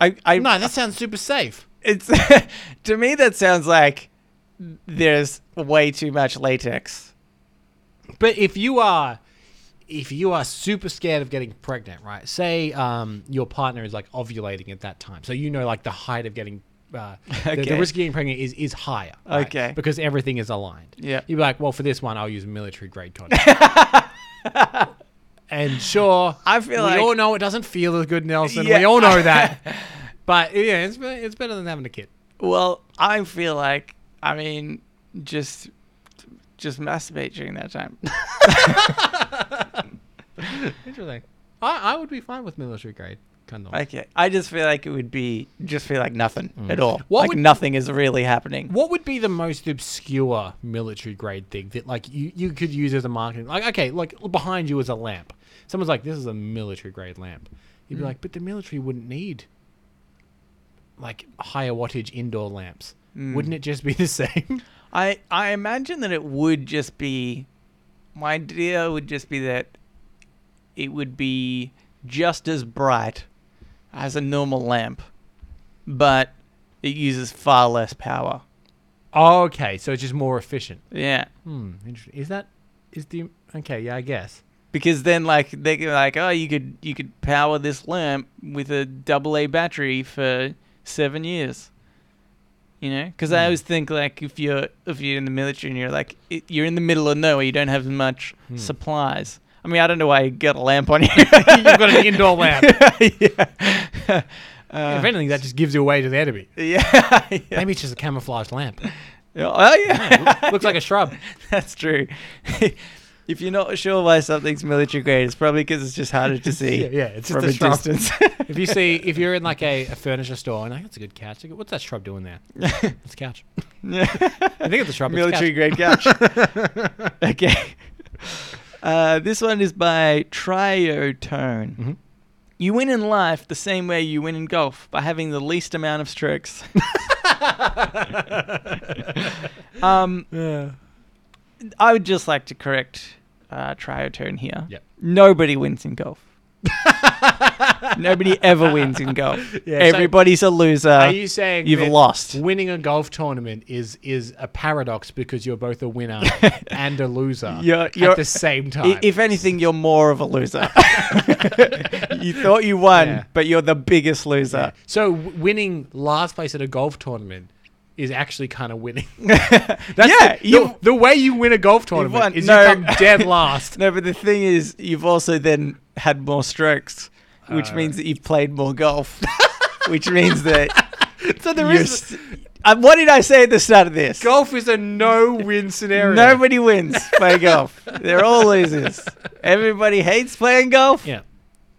Speaker 1: I, I
Speaker 2: no, that sounds super safe.
Speaker 1: it's to me that sounds like there's way too much latex.
Speaker 2: But if you are, if you are super scared of getting pregnant, right? Say um, your partner is like ovulating at that time, so you know like the height of getting. Uh, the, the
Speaker 1: Okay.
Speaker 2: risk of getting pregnant is, is higher. right?
Speaker 1: Okay.
Speaker 2: Because everything is aligned.
Speaker 1: Yeah.
Speaker 2: You'd be like, well, for this one, I'll use military grade condom. and sure,
Speaker 1: I feel
Speaker 2: we
Speaker 1: like-
Speaker 2: all know it doesn't feel as good, Nelson. We
Speaker 1: Yeah.
Speaker 2: all know that. but yeah, it's better, it's better than having a kid.
Speaker 1: Well, I feel like I mean just just masturbate during that time.
Speaker 2: Interesting. I, I would be fine with military grade condom.
Speaker 1: Okay, I just feel like it would be just feel like nothing at all.
Speaker 2: What
Speaker 1: like
Speaker 2: would-
Speaker 1: nothing is really happening.
Speaker 2: what would be the most obscure military grade thing that like you, you could use as a marketing like okay like behind you is a lamp someone's like this is a military grade lamp you'd be like but the military wouldn't need like higher wattage indoor lamps wouldn't it just be the same
Speaker 1: I I imagine that it would just be my idea would just be that it would be just as bright as a normal lamp, but it uses far less power.
Speaker 2: okay so it's just more efficient
Speaker 1: Yeah.
Speaker 2: hmm interesting is that is the okay yeah i guess
Speaker 1: Because then, like they can like, oh, you could you could power this lamp with a double A battery for seven years. You know, because I always think like if you're if you're in the military and you're like i- you're in the middle of nowhere, you don't have much supplies. I mean, I don't know why you got a lamp on you.
Speaker 2: you've got an indoor lamp
Speaker 1: yeah. Uh,
Speaker 2: if anything that just gives you away to the enemy
Speaker 1: Yeah. yeah.
Speaker 2: maybe it's just a camouflage lamp
Speaker 1: Oh yeah.
Speaker 2: Yeah, looks like a shrub
Speaker 1: That's true. if you're not sure why something's military grade, it's probably because it's just harder to see.
Speaker 2: Yeah, yeah, it's just
Speaker 1: from
Speaker 2: a
Speaker 1: a
Speaker 2: shrub.
Speaker 1: distance.
Speaker 2: If you see, if you're in like a, a furniture store and like, that's a good couch, Like, what's that shrub doing there? It's a couch. I think it's a shrub. it's a
Speaker 1: military
Speaker 2: couch.
Speaker 1: grade couch. okay. Uh, this one is by Triotone.
Speaker 2: Mm-hmm.
Speaker 1: You win in life the same way you win in golf by having the least amount of strokes. um, I would just like to correct uh, Triotone here.
Speaker 2: Yep.
Speaker 1: Nobody wins in golf. Nobody ever wins in golf.
Speaker 2: Yeah, so-
Speaker 1: Everybody's a loser.
Speaker 2: Are you saying
Speaker 1: Uh, you've
Speaker 2: that
Speaker 1: lost?
Speaker 2: Winning a golf tournament is is a paradox because you're both a winner and a loser
Speaker 1: You're- you're-
Speaker 2: at the same time.
Speaker 1: I- If anything, you're more of a loser. you thought you won,
Speaker 2: Yeah.
Speaker 1: but you're the biggest loser.
Speaker 2: so w- winning last place at a golf tournament is actually kind of winning.
Speaker 1: That's yeah,
Speaker 2: the,
Speaker 1: you.
Speaker 2: the way you win a golf tournament
Speaker 1: won.
Speaker 2: is
Speaker 1: No.
Speaker 2: you come dead last.
Speaker 1: No, but the thing is, you've also then had more strokes, which means that you've played more golf, which means that
Speaker 2: so there
Speaker 1: you're.
Speaker 2: is
Speaker 1: St- uh, what did I say at the start of this?
Speaker 2: golf is a no win scenario.
Speaker 1: Nobody wins playing golf. They're all losers. Everybody hates playing golf.
Speaker 2: Yeah.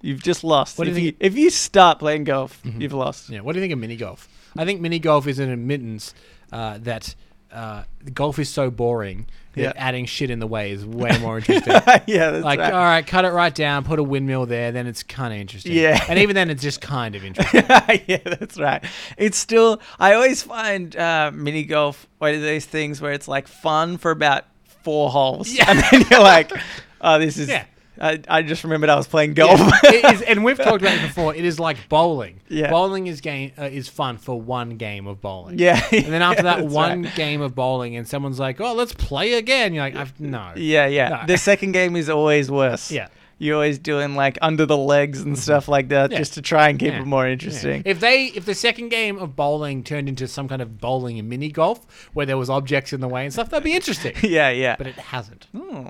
Speaker 1: You've just lost.
Speaker 2: What do
Speaker 1: if,
Speaker 2: you
Speaker 1: you,
Speaker 2: think- Mm-hmm.
Speaker 1: if you start playing golf, you've lost.
Speaker 2: Yeah. What do you think of mini golf? I think mini golf is an admittance uh, that uh, golf is so boring that
Speaker 1: Yeah.
Speaker 2: adding shit in the way is way more interesting.
Speaker 1: yeah, that's
Speaker 2: Like,
Speaker 1: right.
Speaker 2: all right, cut it right down, put a windmill there, then it's kind of interesting.
Speaker 1: Yeah.
Speaker 2: And even then, it's just kind of interesting.
Speaker 1: yeah, that's right. It's still. I always find uh, mini golf one of these things where it's like fun for about four holes,
Speaker 2: Yeah.
Speaker 1: and then you're like, "Oh, this is."
Speaker 2: Yeah.
Speaker 1: I, I just remembered I was playing golf.
Speaker 2: it is, and we've talked about it before. It is like bowling.
Speaker 1: Yeah.
Speaker 2: Bowling is game uh, is fun for one game of bowling.
Speaker 1: yeah.
Speaker 2: And then after
Speaker 1: Yeah,
Speaker 2: that
Speaker 1: that's
Speaker 2: one
Speaker 1: right.
Speaker 2: game of bowling, and someone's like, "Oh, let's play again," you're like, I've, "No."
Speaker 1: Yeah, yeah.
Speaker 2: No.
Speaker 1: The second game is always worse.
Speaker 2: Yeah.
Speaker 1: You're always doing like under the legs and stuff like that
Speaker 2: Mm-hmm. Yeah.
Speaker 1: just to try and keep
Speaker 2: Yeah.
Speaker 1: it more
Speaker 2: Yeah.
Speaker 1: interesting.
Speaker 2: If they if the second game of bowling turned into some kind of bowling and mini golf where there was objects in the way and stuff, that'd be interesting.
Speaker 1: Yeah, yeah.
Speaker 2: but it hasn't.
Speaker 1: Hmm.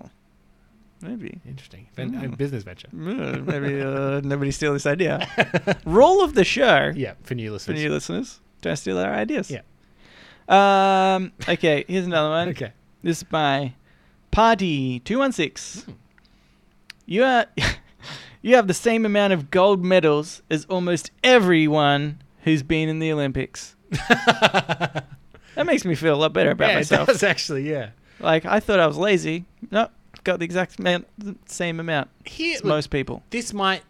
Speaker 1: maybe.
Speaker 2: Interesting. Ven- a Business venture.
Speaker 1: Hmm, Maybe uh, nobody steal this idea. Role of the show.
Speaker 2: Yeah, for new
Speaker 1: for
Speaker 2: listeners.
Speaker 1: new listeners. Don't steal our ideas.
Speaker 2: Yeah.
Speaker 1: Um. Okay. Here's another one.
Speaker 2: okay.
Speaker 1: This is by Party Two One Six.
Speaker 2: Hmm.
Speaker 1: You are. You have the same amount of gold medals as almost everyone who's been in the Olympics. that makes me feel a lot better about
Speaker 2: yeah,
Speaker 1: myself.
Speaker 2: it does actually. Yeah.
Speaker 1: Like I thought I was lazy. Nope, got the exact amount, the same amount
Speaker 2: Here,
Speaker 1: as most people.
Speaker 2: this might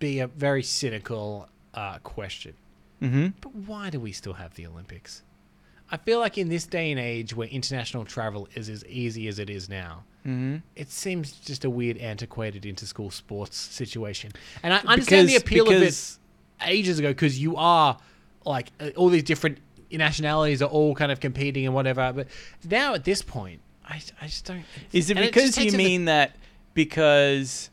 Speaker 2: be a very cynical uh, question,
Speaker 1: Mm-hmm.
Speaker 2: but why do we still have the Olympics? I feel like in this day and age where international travel is as easy as it is now,
Speaker 1: Mm-hmm.
Speaker 2: it seems just a weird, antiquated inter-school sports situation. And I understand the appeal
Speaker 1: because-
Speaker 2: of it ages ago because you are like uh, all these different nationalities are all kind of competing and whatever. But now at this point, I, I just don't.
Speaker 1: Is it
Speaker 2: and just
Speaker 1: because
Speaker 2: takes
Speaker 1: you
Speaker 2: it the-
Speaker 1: mean that because,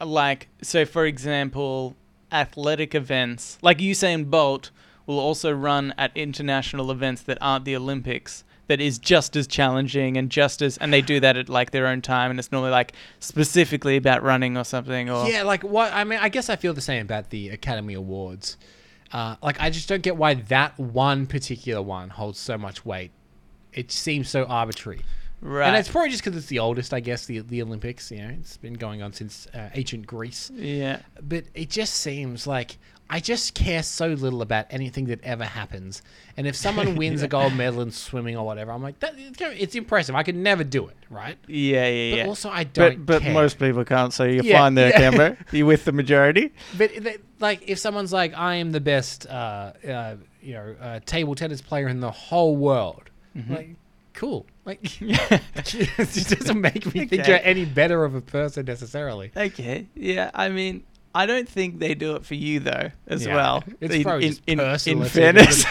Speaker 1: like, so for example, athletic events, like Usain Bolt will also run at international events that aren't the Olympics, that is just as challenging and just as, and they do that at like their own time, and it's normally like specifically about running or something, or
Speaker 2: Yeah, like what I mean, I guess I feel the same about the Academy Awards. Uh, like I just don't get why that one particular one holds so much weight. It seems so arbitrary,
Speaker 1: right.
Speaker 2: and it's probably just because it's the oldest, I guess. The the Olympics, you know, it's been going on since uh, ancient Greece,
Speaker 1: yeah.
Speaker 2: but it just seems like I just care so little about anything that ever happens. And if someone wins a gold medal in swimming or whatever, I'm like, that, it's impressive. I could never do it, right?
Speaker 1: Yeah, yeah,
Speaker 2: But
Speaker 1: yeah.
Speaker 2: also, I don't.
Speaker 1: but but
Speaker 2: care.
Speaker 1: most people can't, so you're
Speaker 2: Yeah,
Speaker 1: fine there,
Speaker 2: yeah.
Speaker 1: Cambo. You're with the majority.
Speaker 2: But th- like, if someone's like, "I am the best, uh, uh, you know, uh, table tennis player in the whole world,"
Speaker 1: Mm-hmm.
Speaker 2: like, cool. Like, it doesn't make me think
Speaker 1: Okay.
Speaker 2: you're any better of a person necessarily.
Speaker 1: Okay. Yeah. I mean, I don't think they do it for you though, as
Speaker 2: Yeah,
Speaker 1: well.
Speaker 2: it's probably just personal,
Speaker 1: in
Speaker 2: it's all
Speaker 1: fairness,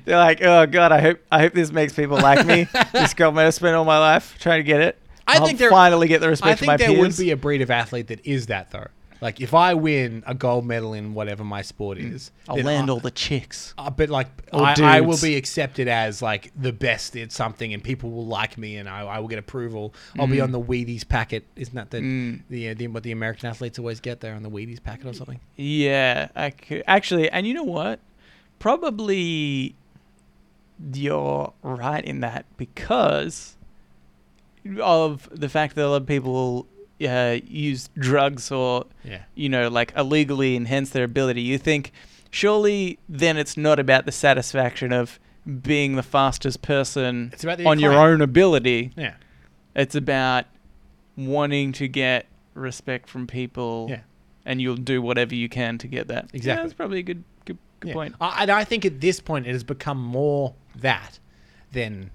Speaker 1: they're like, oh god, I hope I hope this makes people like me. this girl might have spent all my life trying to get it.
Speaker 2: I
Speaker 1: I'll
Speaker 2: think there-
Speaker 1: finally get the
Speaker 2: I
Speaker 1: respect of
Speaker 2: think
Speaker 1: my
Speaker 2: there
Speaker 1: peers.
Speaker 2: would be a breed of athlete that is that though. Like, if I win a gold medal in whatever my sport is,
Speaker 1: I'll
Speaker 2: then
Speaker 1: land
Speaker 2: I-
Speaker 1: all the chicks.
Speaker 2: Uh, but like
Speaker 1: Or
Speaker 2: I, I will
Speaker 1: dudes.
Speaker 2: be accepted as like the best at something and people will like me and I, I will get approval i'll be on the wheaties packet isn't that the, the, uh, the what the american athletes always get there on the wheaties packet or something
Speaker 1: Yeah. I could, actually, and you know what? Probably you're right in that because of the fact that a lot of people uh, use drugs or
Speaker 2: yeah
Speaker 1: you know, like illegally enhance their ability. You think, surely then it's not about the satisfaction of being the fastest person
Speaker 2: It's about the
Speaker 1: on your
Speaker 2: acclaim.
Speaker 1: own ability.
Speaker 2: yeah
Speaker 1: It's about wanting to get respect from people,
Speaker 2: yeah
Speaker 1: and you'll do whatever you can to get that. Yeah,
Speaker 2: Exactly.
Speaker 1: that's probably a good good, good
Speaker 2: yeah.
Speaker 1: point.
Speaker 2: I, and i think at this point it has become more that than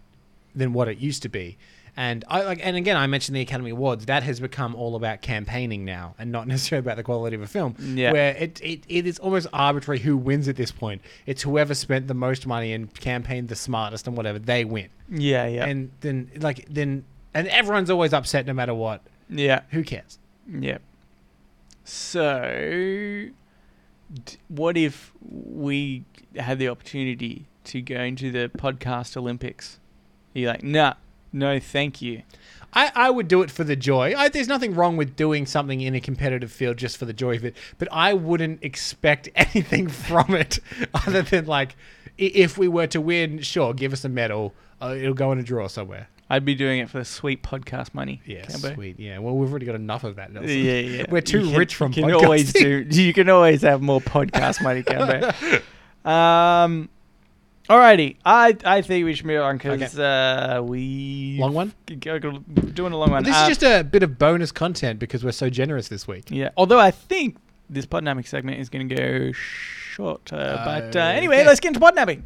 Speaker 2: than what it used to be and I like, and again, I mentioned the Academy Awards. That has become all about campaigning now, and not necessarily about the quality of a film.
Speaker 1: Yeah.
Speaker 2: Where it, it, it is almost arbitrary who wins at this point. It's whoever spent the most money and campaigned the smartest and whatever they win.
Speaker 1: Yeah, yeah,
Speaker 2: And then like then and everyone's always upset no matter what.
Speaker 1: yeah.
Speaker 2: Who cares?
Speaker 1: Yep. So, d- what if we had the opportunity to go into the podcast Olympics? You're like, nah, no, thank you.
Speaker 2: I, I would do it for the joy. I, there's nothing wrong with doing something in a competitive field just for the joy of it, but I wouldn't expect anything from it other than like i- if we were to win, sure, give us a medal. Uh, it'll go in a drawer somewhere.
Speaker 1: I'd be doing it for the sweet podcast money.
Speaker 2: Yeah,
Speaker 1: Cambo.
Speaker 2: sweet. Yeah. Well, we've already got enough of that.
Speaker 1: Yeah,
Speaker 2: Nelson.
Speaker 1: yeah. yeah.
Speaker 2: We're too
Speaker 1: You can-
Speaker 2: rich from
Speaker 1: you can always
Speaker 2: podcasting.
Speaker 1: do. You can always have more podcast money, Cambo. um, Alrighty, I I think we should move on because uh, we
Speaker 2: Long one?
Speaker 1: doing a long one.
Speaker 2: This
Speaker 1: Uh,
Speaker 2: is just a Oh. bit of bonus content because we're so generous this week.
Speaker 1: yeah. Although I think this podnapping segment is going to go shorter. but uh,
Speaker 2: Uh,
Speaker 1: anyway,
Speaker 2: yeah.
Speaker 1: let's get into podnapping.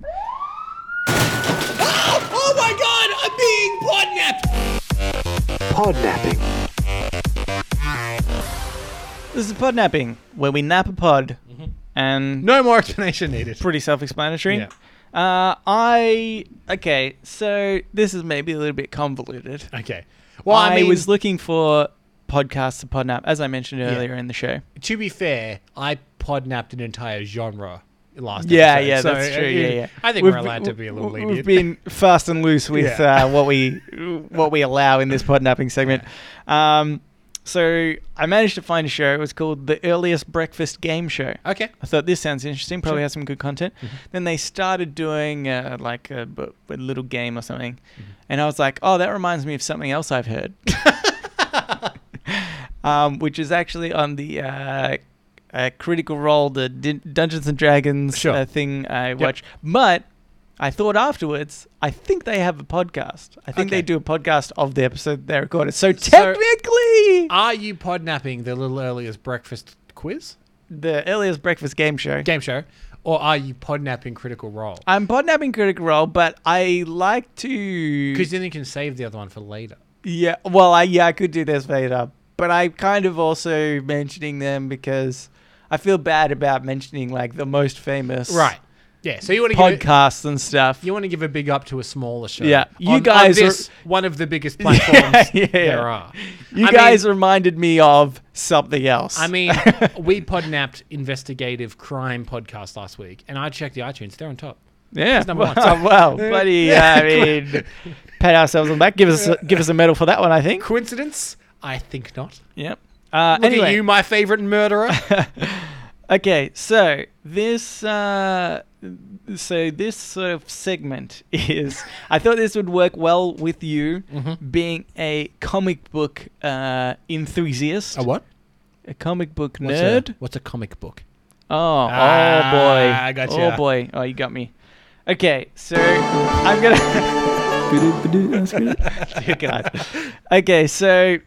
Speaker 2: Oh my god, I'm being podnapped!
Speaker 5: Podnapping.
Speaker 1: This is podnapping where we nap a pod, and
Speaker 2: Mm-hmm. No more explanation needed.
Speaker 1: pretty self-explanatory.
Speaker 2: Yeah.
Speaker 1: Uh, I okay. So this is maybe a little bit convoluted.
Speaker 2: Okay. Well, I,
Speaker 1: I,
Speaker 2: mean,
Speaker 1: was looking for podcasts to podnap, as I mentioned earlier in the show.
Speaker 2: to be fair, I podnapped an entire genre last
Speaker 1: Yeah,
Speaker 2: episode,
Speaker 1: yeah,
Speaker 2: so,
Speaker 1: that's true.
Speaker 2: uh,
Speaker 1: Yeah, yeah.
Speaker 2: I think
Speaker 1: We've
Speaker 2: we're allowed to
Speaker 1: be-
Speaker 2: be a little
Speaker 1: We've
Speaker 2: lenient.
Speaker 1: been fast and loose with
Speaker 2: Yeah.
Speaker 1: uh, what we what we allow in this podnapping segment. Um, so I managed to find a show. It was called the Earliest Breakfast Game Show.
Speaker 2: okay.
Speaker 1: I thought this sounds interesting. Probably has some good content.
Speaker 2: Mm-hmm.
Speaker 1: Then they started doing uh, like a, b- a little game or something,
Speaker 2: Mm-hmm.
Speaker 1: and I was like, "Oh, that reminds me of something else I've heard," um, which is actually on the uh, uh, Critical Role, the Dun- Dungeons and Dragons
Speaker 2: Sure.
Speaker 1: uh, thing I watch. But I thought afterwards, I think they have a podcast. I think they
Speaker 2: Okay.
Speaker 1: do a podcast of the episode they recorded. So technically,
Speaker 2: Are you podnapping the little earliest breakfast quiz
Speaker 1: the earliest breakfast game show.
Speaker 2: game show, or are you podnapping Critical Role?
Speaker 1: I'm podnapping Critical Role, but I like to.
Speaker 2: Because then you can save the other one for later.
Speaker 1: Yeah, well, I yeah, I could do this later, but I'm kind of also mentioning them because I feel bad about mentioning like the most famous
Speaker 2: Yeah. So you want to give
Speaker 1: podcasts and stuff.
Speaker 2: you want to give a big up to a smaller show.
Speaker 1: Yeah, you
Speaker 2: On- on
Speaker 1: guys are-
Speaker 2: this, one of the biggest platforms
Speaker 1: yeah.
Speaker 2: there are.
Speaker 1: You
Speaker 2: I mean-
Speaker 1: guys reminded me of something else.
Speaker 2: I mean, we podnapped investigative crime podcast last week, and I checked the iTunes. They're on top.
Speaker 1: yeah,
Speaker 2: number
Speaker 1: well,
Speaker 2: one. So-
Speaker 1: well, buddy, I mean, pat ourselves on the back. Give us a, give us a medal for that one, I think.
Speaker 2: Coincidence? I think not.
Speaker 1: Yep. Uh,
Speaker 2: Look
Speaker 1: anyway,
Speaker 2: at you, my favorite murderer.
Speaker 1: Okay, so this uh, so this sort of segment is I thought this would work well with you
Speaker 2: Mm-hmm.
Speaker 1: being a comic book uh, enthusiast, a,
Speaker 2: what?
Speaker 1: comic book
Speaker 2: Oh. What's
Speaker 1: nerd.
Speaker 2: A, what's a comic book?
Speaker 1: Oh, oh boy!
Speaker 2: Ah, I gotcha.
Speaker 1: Oh boy! Oh, you got me. Okay, so I'm gonna. Dear God. Okay, so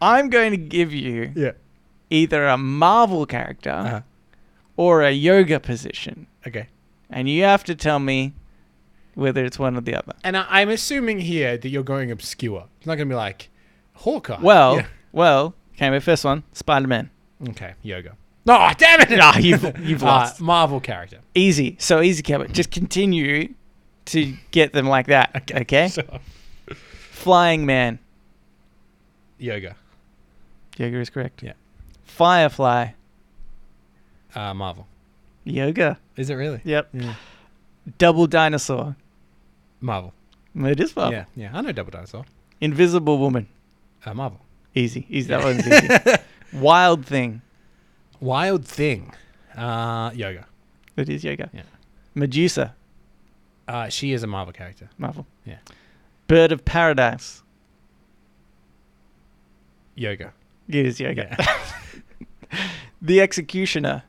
Speaker 1: I'm going to give you
Speaker 2: Yeah.
Speaker 1: either a Marvel character
Speaker 2: Uh-huh.
Speaker 1: or a yoga position.
Speaker 2: Okay.
Speaker 1: and you have to tell me whether it's one or the other.
Speaker 2: And I, I'm assuming here that you're going obscure. It's not going to be like Hawkeye.
Speaker 1: Well,
Speaker 2: Yeah.
Speaker 1: well, okay, my first one, Spider Man.
Speaker 2: Okay, yoga. No, oh, damn it! Ah,
Speaker 1: you've- you've lost.
Speaker 2: Marvel character.
Speaker 1: Easy, so easy, Cabot. Just continue to get them like that, okay?
Speaker 2: So,
Speaker 1: Flying Man.
Speaker 2: yoga.
Speaker 1: Yoga is correct.
Speaker 2: Yeah.
Speaker 1: Firefly.
Speaker 2: Uh, Marvel.
Speaker 1: Yoga.
Speaker 2: Is it really?
Speaker 1: Yep.
Speaker 2: Yeah.
Speaker 1: Double Dinosaur.
Speaker 2: Marvel.
Speaker 1: It is well.
Speaker 2: Yeah, yeah. I know Double Dinosaur.
Speaker 1: Invisible Woman.
Speaker 2: Uh, Marvel.
Speaker 1: Easy. Easy. That one's easy. Wild Thing.
Speaker 2: Wild Thing. Uh, yoga.
Speaker 1: It is yoga.
Speaker 2: Yeah.
Speaker 1: Medusa.
Speaker 2: Uh, she is a Marvel character.
Speaker 1: Marvel.
Speaker 2: Yeah.
Speaker 1: Bird of Paradise.
Speaker 2: Yoga.
Speaker 1: It is yoga.
Speaker 2: Yeah.
Speaker 1: The Executioner.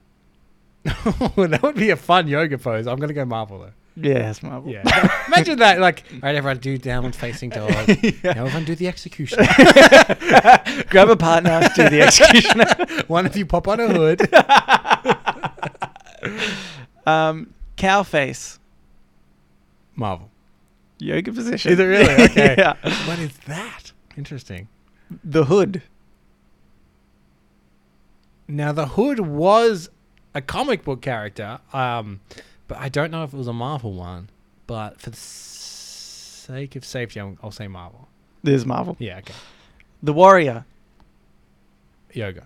Speaker 2: that would be a fun yoga pose. I'm gonna go Marvel though.
Speaker 1: Yeah, that's Marvel.
Speaker 2: Yeah. Imagine that. Like, all right, everyone do downward facing dog. Now everyone do the execution.
Speaker 1: Grab a partner, do the executioner.
Speaker 2: One of you pop on a hood.
Speaker 1: Um, cow face.
Speaker 2: Marvel.
Speaker 1: Yoga position.
Speaker 2: Is it really? Okay.
Speaker 1: yeah.
Speaker 2: What is that? Interesting.
Speaker 1: The hood.
Speaker 2: Now the hood was a comic book character, um, but I don't know if it was a Marvel one. But for the sake of safety, I'll, I'll say Marvel.
Speaker 1: There's Marvel.
Speaker 2: Yeah. Okay.
Speaker 1: The warrior.
Speaker 2: Yoga.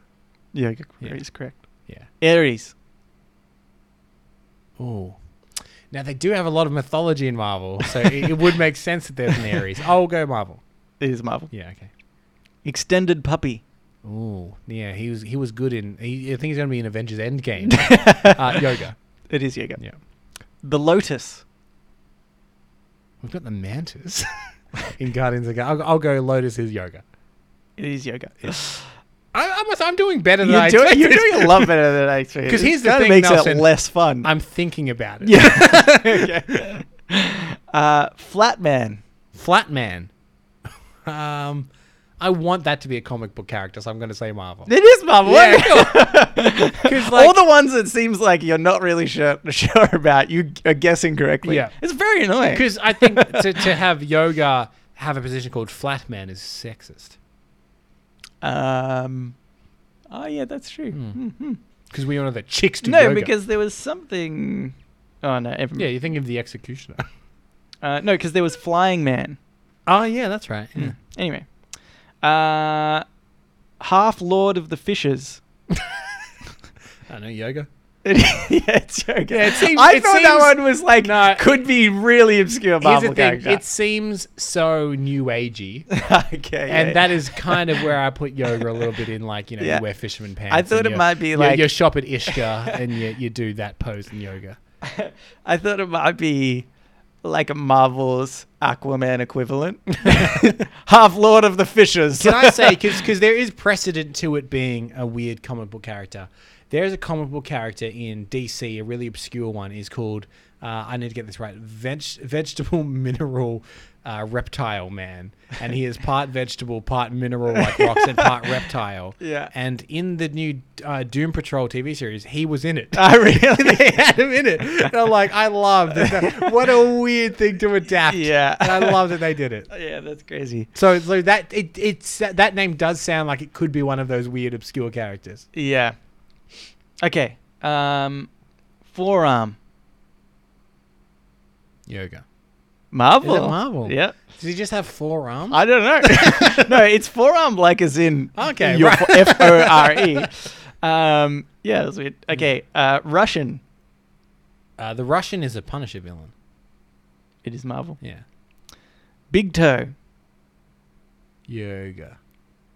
Speaker 1: Yoga
Speaker 2: Yeah.
Speaker 1: is correct.
Speaker 2: Yeah.
Speaker 1: Aries.
Speaker 2: Oh. Now they do have a lot of mythology in Marvel, so it, it would make sense that there's an Aries. I'll Oh, go Marvel.
Speaker 1: It is Marvel.
Speaker 2: Yeah, okay.
Speaker 1: Extended puppy.
Speaker 2: Oh, yeah, he was he was good in. He, I think he's going to be in Avengers Endgame. uh, yoga.
Speaker 1: It is yoga.
Speaker 2: Yeah.
Speaker 1: The lotus.
Speaker 2: We've got the mantis in Guardians of the Gal- I'll, I'll go Lotus is yoga.
Speaker 1: It is yoga.
Speaker 2: I, I'm, I'm doing better than I
Speaker 1: You're, doing,
Speaker 2: expected.
Speaker 1: you're doing a lot better than I expected.
Speaker 2: 'Cause here's the
Speaker 1: Kinda
Speaker 2: thing,
Speaker 1: makes
Speaker 2: Nelson.
Speaker 1: it less fun.
Speaker 2: I'm thinking about it.
Speaker 1: yeah. Uh, Flat man.
Speaker 2: Flat Man. Um, I want that to be a comic book character, so I'm going to say Marvel.
Speaker 1: It is Marvel.
Speaker 2: Yeah,
Speaker 1: Because all the ones that seems like you're not really sure, sure about, you are guessing correctly.
Speaker 2: Yeah.
Speaker 1: It's very annoying.
Speaker 2: Because I think to, to have yoga have a position called Flat Man is sexist.
Speaker 1: Um, oh yeah, that's true. Mhm.
Speaker 2: Because we all know that chicks Hmm. do
Speaker 1: No,
Speaker 2: yoga.
Speaker 1: because there was something. Oh no, ever-
Speaker 2: yeah, you think of the executioner.
Speaker 1: Uh, no, because there was Flying Man.
Speaker 2: oh yeah, that's right. yeah.
Speaker 1: Anyway, uh, half Lord of the Fishes.
Speaker 2: I know yoga.
Speaker 1: yeah, it's yoga.
Speaker 2: Yeah, it seems-
Speaker 1: I
Speaker 2: it
Speaker 1: thought that
Speaker 2: seems-
Speaker 1: one was like
Speaker 2: No.
Speaker 1: could be really obscure
Speaker 2: Here's the
Speaker 1: Marvel
Speaker 2: thing:
Speaker 1: character.
Speaker 2: it seems so new agey,
Speaker 1: okay,
Speaker 2: and
Speaker 1: yeah.
Speaker 2: that is kind of where I put yoga a little bit in, like you know,
Speaker 1: Yeah.
Speaker 2: you wear fisherman pants.
Speaker 1: I thought
Speaker 2: and
Speaker 1: it
Speaker 2: you-
Speaker 1: might be
Speaker 2: you-
Speaker 1: like-
Speaker 2: you shop at Ishka and you, you do that pose in yoga.
Speaker 1: I thought it might be like a Marvel's Aquaman equivalent, half Lord of the Fishes.
Speaker 2: Can I say because there is precedent to it being a weird comic book character. There is a comic book character in DC, a really obscure one, is called uh, I need to get this right. Veg- vegetable mineral uh, reptile man, and he is part vegetable, part mineral, like rocks, and part reptile.
Speaker 1: Yeah.
Speaker 2: And in the new uh, Doom Patrol TV series, he was in it.
Speaker 1: I really.
Speaker 2: they had him in it. And I'm like, I love that. What a weird thing to adapt.
Speaker 1: Yeah.
Speaker 2: And I love that they did it.
Speaker 1: yeah, that's crazy.
Speaker 2: So, so that it it's that name does sound like it could be one of those weird obscure characters.
Speaker 1: Yeah. Okay. Um, forearm.
Speaker 2: Yoga.
Speaker 1: Marvel.
Speaker 2: Marvel?
Speaker 1: Yeah.
Speaker 2: Does he just have four arms?
Speaker 1: I don't know. no, it's forearm like as in
Speaker 2: Okay,
Speaker 1: your
Speaker 2: right.
Speaker 1: F O R E. Um, yeah, that's weird. Okay, uh, Russian.
Speaker 2: Uh, the Russian is a Punisher villain.
Speaker 1: It is Marvel.
Speaker 2: Yeah.
Speaker 1: Big toe.
Speaker 2: Yoga.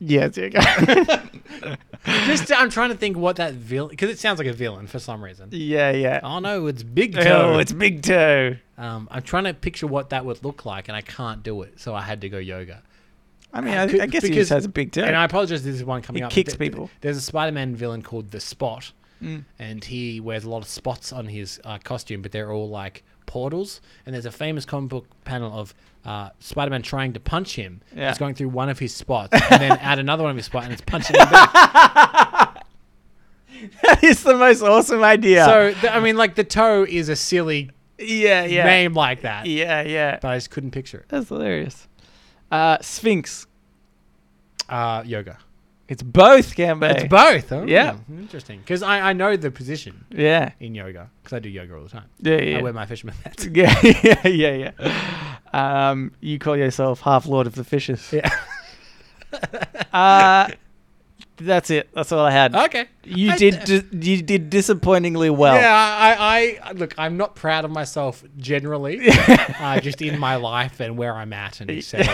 Speaker 1: Yeah, it's okay.
Speaker 2: Just I'm trying to think what that villain because it sounds like a villain for some reason.
Speaker 1: yeah, yeah.
Speaker 2: Oh no, it's Big Toe.
Speaker 1: Oh, it's big toe.
Speaker 2: um, I'm trying to picture what that would look like, and I can't do it, so I had to go yoga.
Speaker 1: I mean, I,
Speaker 2: Could-
Speaker 1: I guess he
Speaker 2: because-
Speaker 1: just has a big toe.
Speaker 2: And I apologize, this is one coming
Speaker 1: He
Speaker 2: up. but
Speaker 1: kicks
Speaker 2: th- th-
Speaker 1: people. Mm.
Speaker 2: There's a Spider-Man villain called the Spot, and he wears a lot of spots on his uh, costume, but they're all like portals. And there's a famous comic book panel of uh, Spider-Man trying to punch him.
Speaker 1: Yeah.
Speaker 2: He's going through one of his spots, and then add another one of his spots, and it's punching him back.
Speaker 1: that is the most awesome idea.
Speaker 2: So th- I mean, like the toe is a silly
Speaker 1: yeah, yeah,
Speaker 2: name like that,
Speaker 1: yeah, yeah.
Speaker 2: but I just couldn't picture it.
Speaker 1: That's hilarious. Uh, Sphinx.
Speaker 2: Uh, yoga.
Speaker 1: It's both, Gambe.
Speaker 2: It's both. Oh,
Speaker 1: Yeah.
Speaker 2: interesting. Because I, I know the position
Speaker 1: Yeah,
Speaker 2: in yoga because I do yoga all the time.
Speaker 1: yeah, yeah.
Speaker 2: I wear my fisherman hats.
Speaker 1: Yeah, yeah, yeah, yeah. Um, you call yourself half Lord of the Fishes.
Speaker 2: Yeah.
Speaker 1: Uh, that's it. That's all I had.
Speaker 2: Okay.
Speaker 1: You
Speaker 2: Oh, I-
Speaker 1: did. Di- you did disappointingly well.
Speaker 2: Yeah, I, I, I look. I'm not proud of myself generally, uh, just in my life and where I'm at, and etc.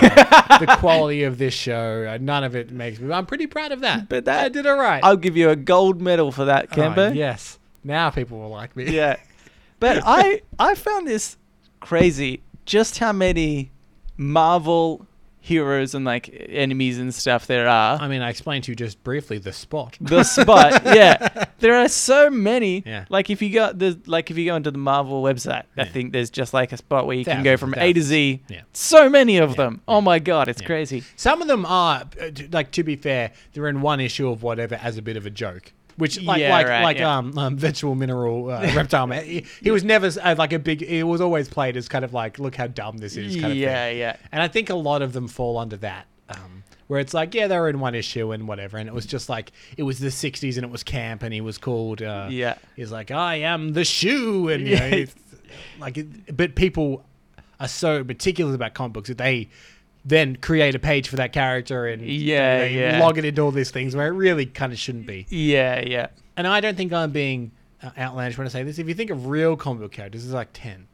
Speaker 2: the quality of this show, uh, none of it makes me. I'm pretty proud of that.
Speaker 1: But that-
Speaker 2: I did all right.
Speaker 1: I'll give you a gold medal for that,
Speaker 2: Oh,
Speaker 1: Cambo.
Speaker 2: yes. Now people will like me.
Speaker 1: Yeah. But I I found this crazy just how many Marvel heroes and like enemies and stuff there are.
Speaker 2: I mean, I explained to you just briefly the spot.
Speaker 1: the spot. yeah, there are so many.
Speaker 2: Yeah.
Speaker 1: Like if you go the like if you go onto the Marvel website, I think there's just like a spot where you can go
Speaker 2: Thousands,
Speaker 1: from A to Z.
Speaker 2: thousands. Yeah.
Speaker 1: So many of them. Oh my god, it's crazy.
Speaker 2: Some of them are uh, t- like to be fair, they're in one issue of whatever as a bit of a joke. Which like
Speaker 1: Yeah,
Speaker 2: like
Speaker 1: right,
Speaker 2: like
Speaker 1: yeah.
Speaker 2: um, um vegetable mineral uh, reptile man. He, he was never uh, like a big. It was always played as kind of like look how dumb this is. Kind of
Speaker 1: Yeah,
Speaker 2: thing.
Speaker 1: yeah.
Speaker 2: And I think a lot of them fall under that. Um, where it's like, yeah, they were in one issue and whatever, and it was just like it was the '60s and it was camp, and he was called, uh,
Speaker 1: Yeah.
Speaker 2: he's like, I am the shoe, and you know,
Speaker 1: Yeah.
Speaker 2: it's- like, it, but people are so meticulous about comic books that they then create a page for that character and
Speaker 1: Yeah,
Speaker 2: they
Speaker 1: yeah.
Speaker 2: log it into all these things where it really kind of shouldn't be.
Speaker 1: Yeah, yeah.
Speaker 2: And I don't think I'm being uh, outlandish when I say this. If you think of real comic book characters, there's like ten.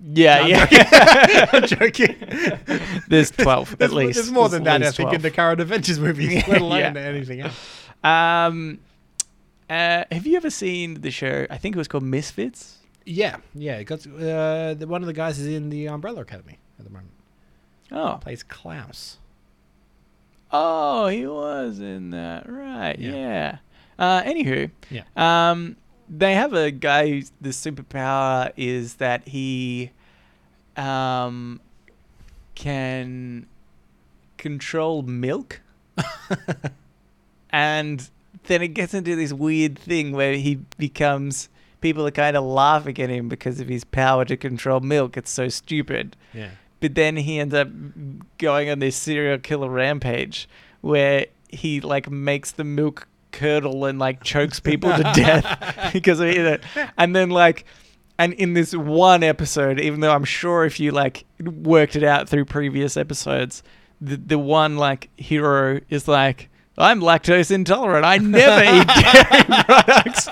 Speaker 1: Yeah,
Speaker 2: I'm
Speaker 1: Uh, yeah.
Speaker 2: joking. I'm joking.
Speaker 1: There's 12
Speaker 2: There's
Speaker 1: at
Speaker 2: mo-
Speaker 1: least.
Speaker 2: There's more
Speaker 1: There's
Speaker 2: than
Speaker 1: at
Speaker 2: that, I
Speaker 1: least
Speaker 2: think, in
Speaker 1: 12.
Speaker 2: the current Avengers movies, let alone
Speaker 1: Yeah.
Speaker 2: anything else.
Speaker 1: Um uh, have you ever seen the show? I think it was called Misfits.
Speaker 2: Yeah, yeah. It got, uh, the, one of the guys is in the Umbrella Academy at the moment.
Speaker 1: Oh,
Speaker 2: Plays Klaus.
Speaker 1: oh, he was in that, right.
Speaker 2: Yeah.
Speaker 1: Yeah. Uh, anywho,
Speaker 2: Yeah.
Speaker 1: um, they have a guy who's the superpower is that he um, can control milk. and then it gets into this weird thing where he becomes. People are kind of laughing at him because of his power to control milk. It's so stupid
Speaker 2: Yeah.
Speaker 1: but then he ends up going on this serial killer rampage where he like makes the milk curdle and like chokes people to death because of it and then like and in this one episode even though i'm sure if you like worked it out through previous episodes the, the one like hero is like i'm lactose intolerant i never eat dairy products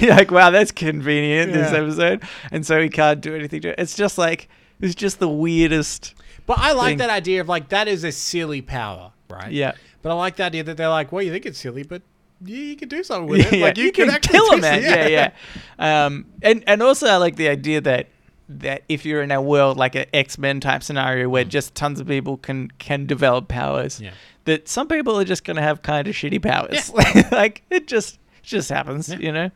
Speaker 1: You're like wow that's convenient this
Speaker 2: Yeah.
Speaker 1: episode and so he can't do anything to it it's just like it's just the weirdest
Speaker 2: But I like
Speaker 1: thing.
Speaker 2: that idea of like that is a silly power, right?
Speaker 1: Yeah.
Speaker 2: But I like the idea that they're like, well, you think it's silly, but yeah, you could do something with it. Like you, could
Speaker 1: can
Speaker 2: actually
Speaker 1: kill a
Speaker 2: do
Speaker 1: man.
Speaker 2: something.
Speaker 1: Yeah, yeah. Um, and and also I like the idea that that if you're in a world like an X Men type scenario where just tons of people can can develop powers,
Speaker 2: Mm. Yeah.
Speaker 1: that some people are just gonna have kind of shitty powers. like it just it just happens, you know.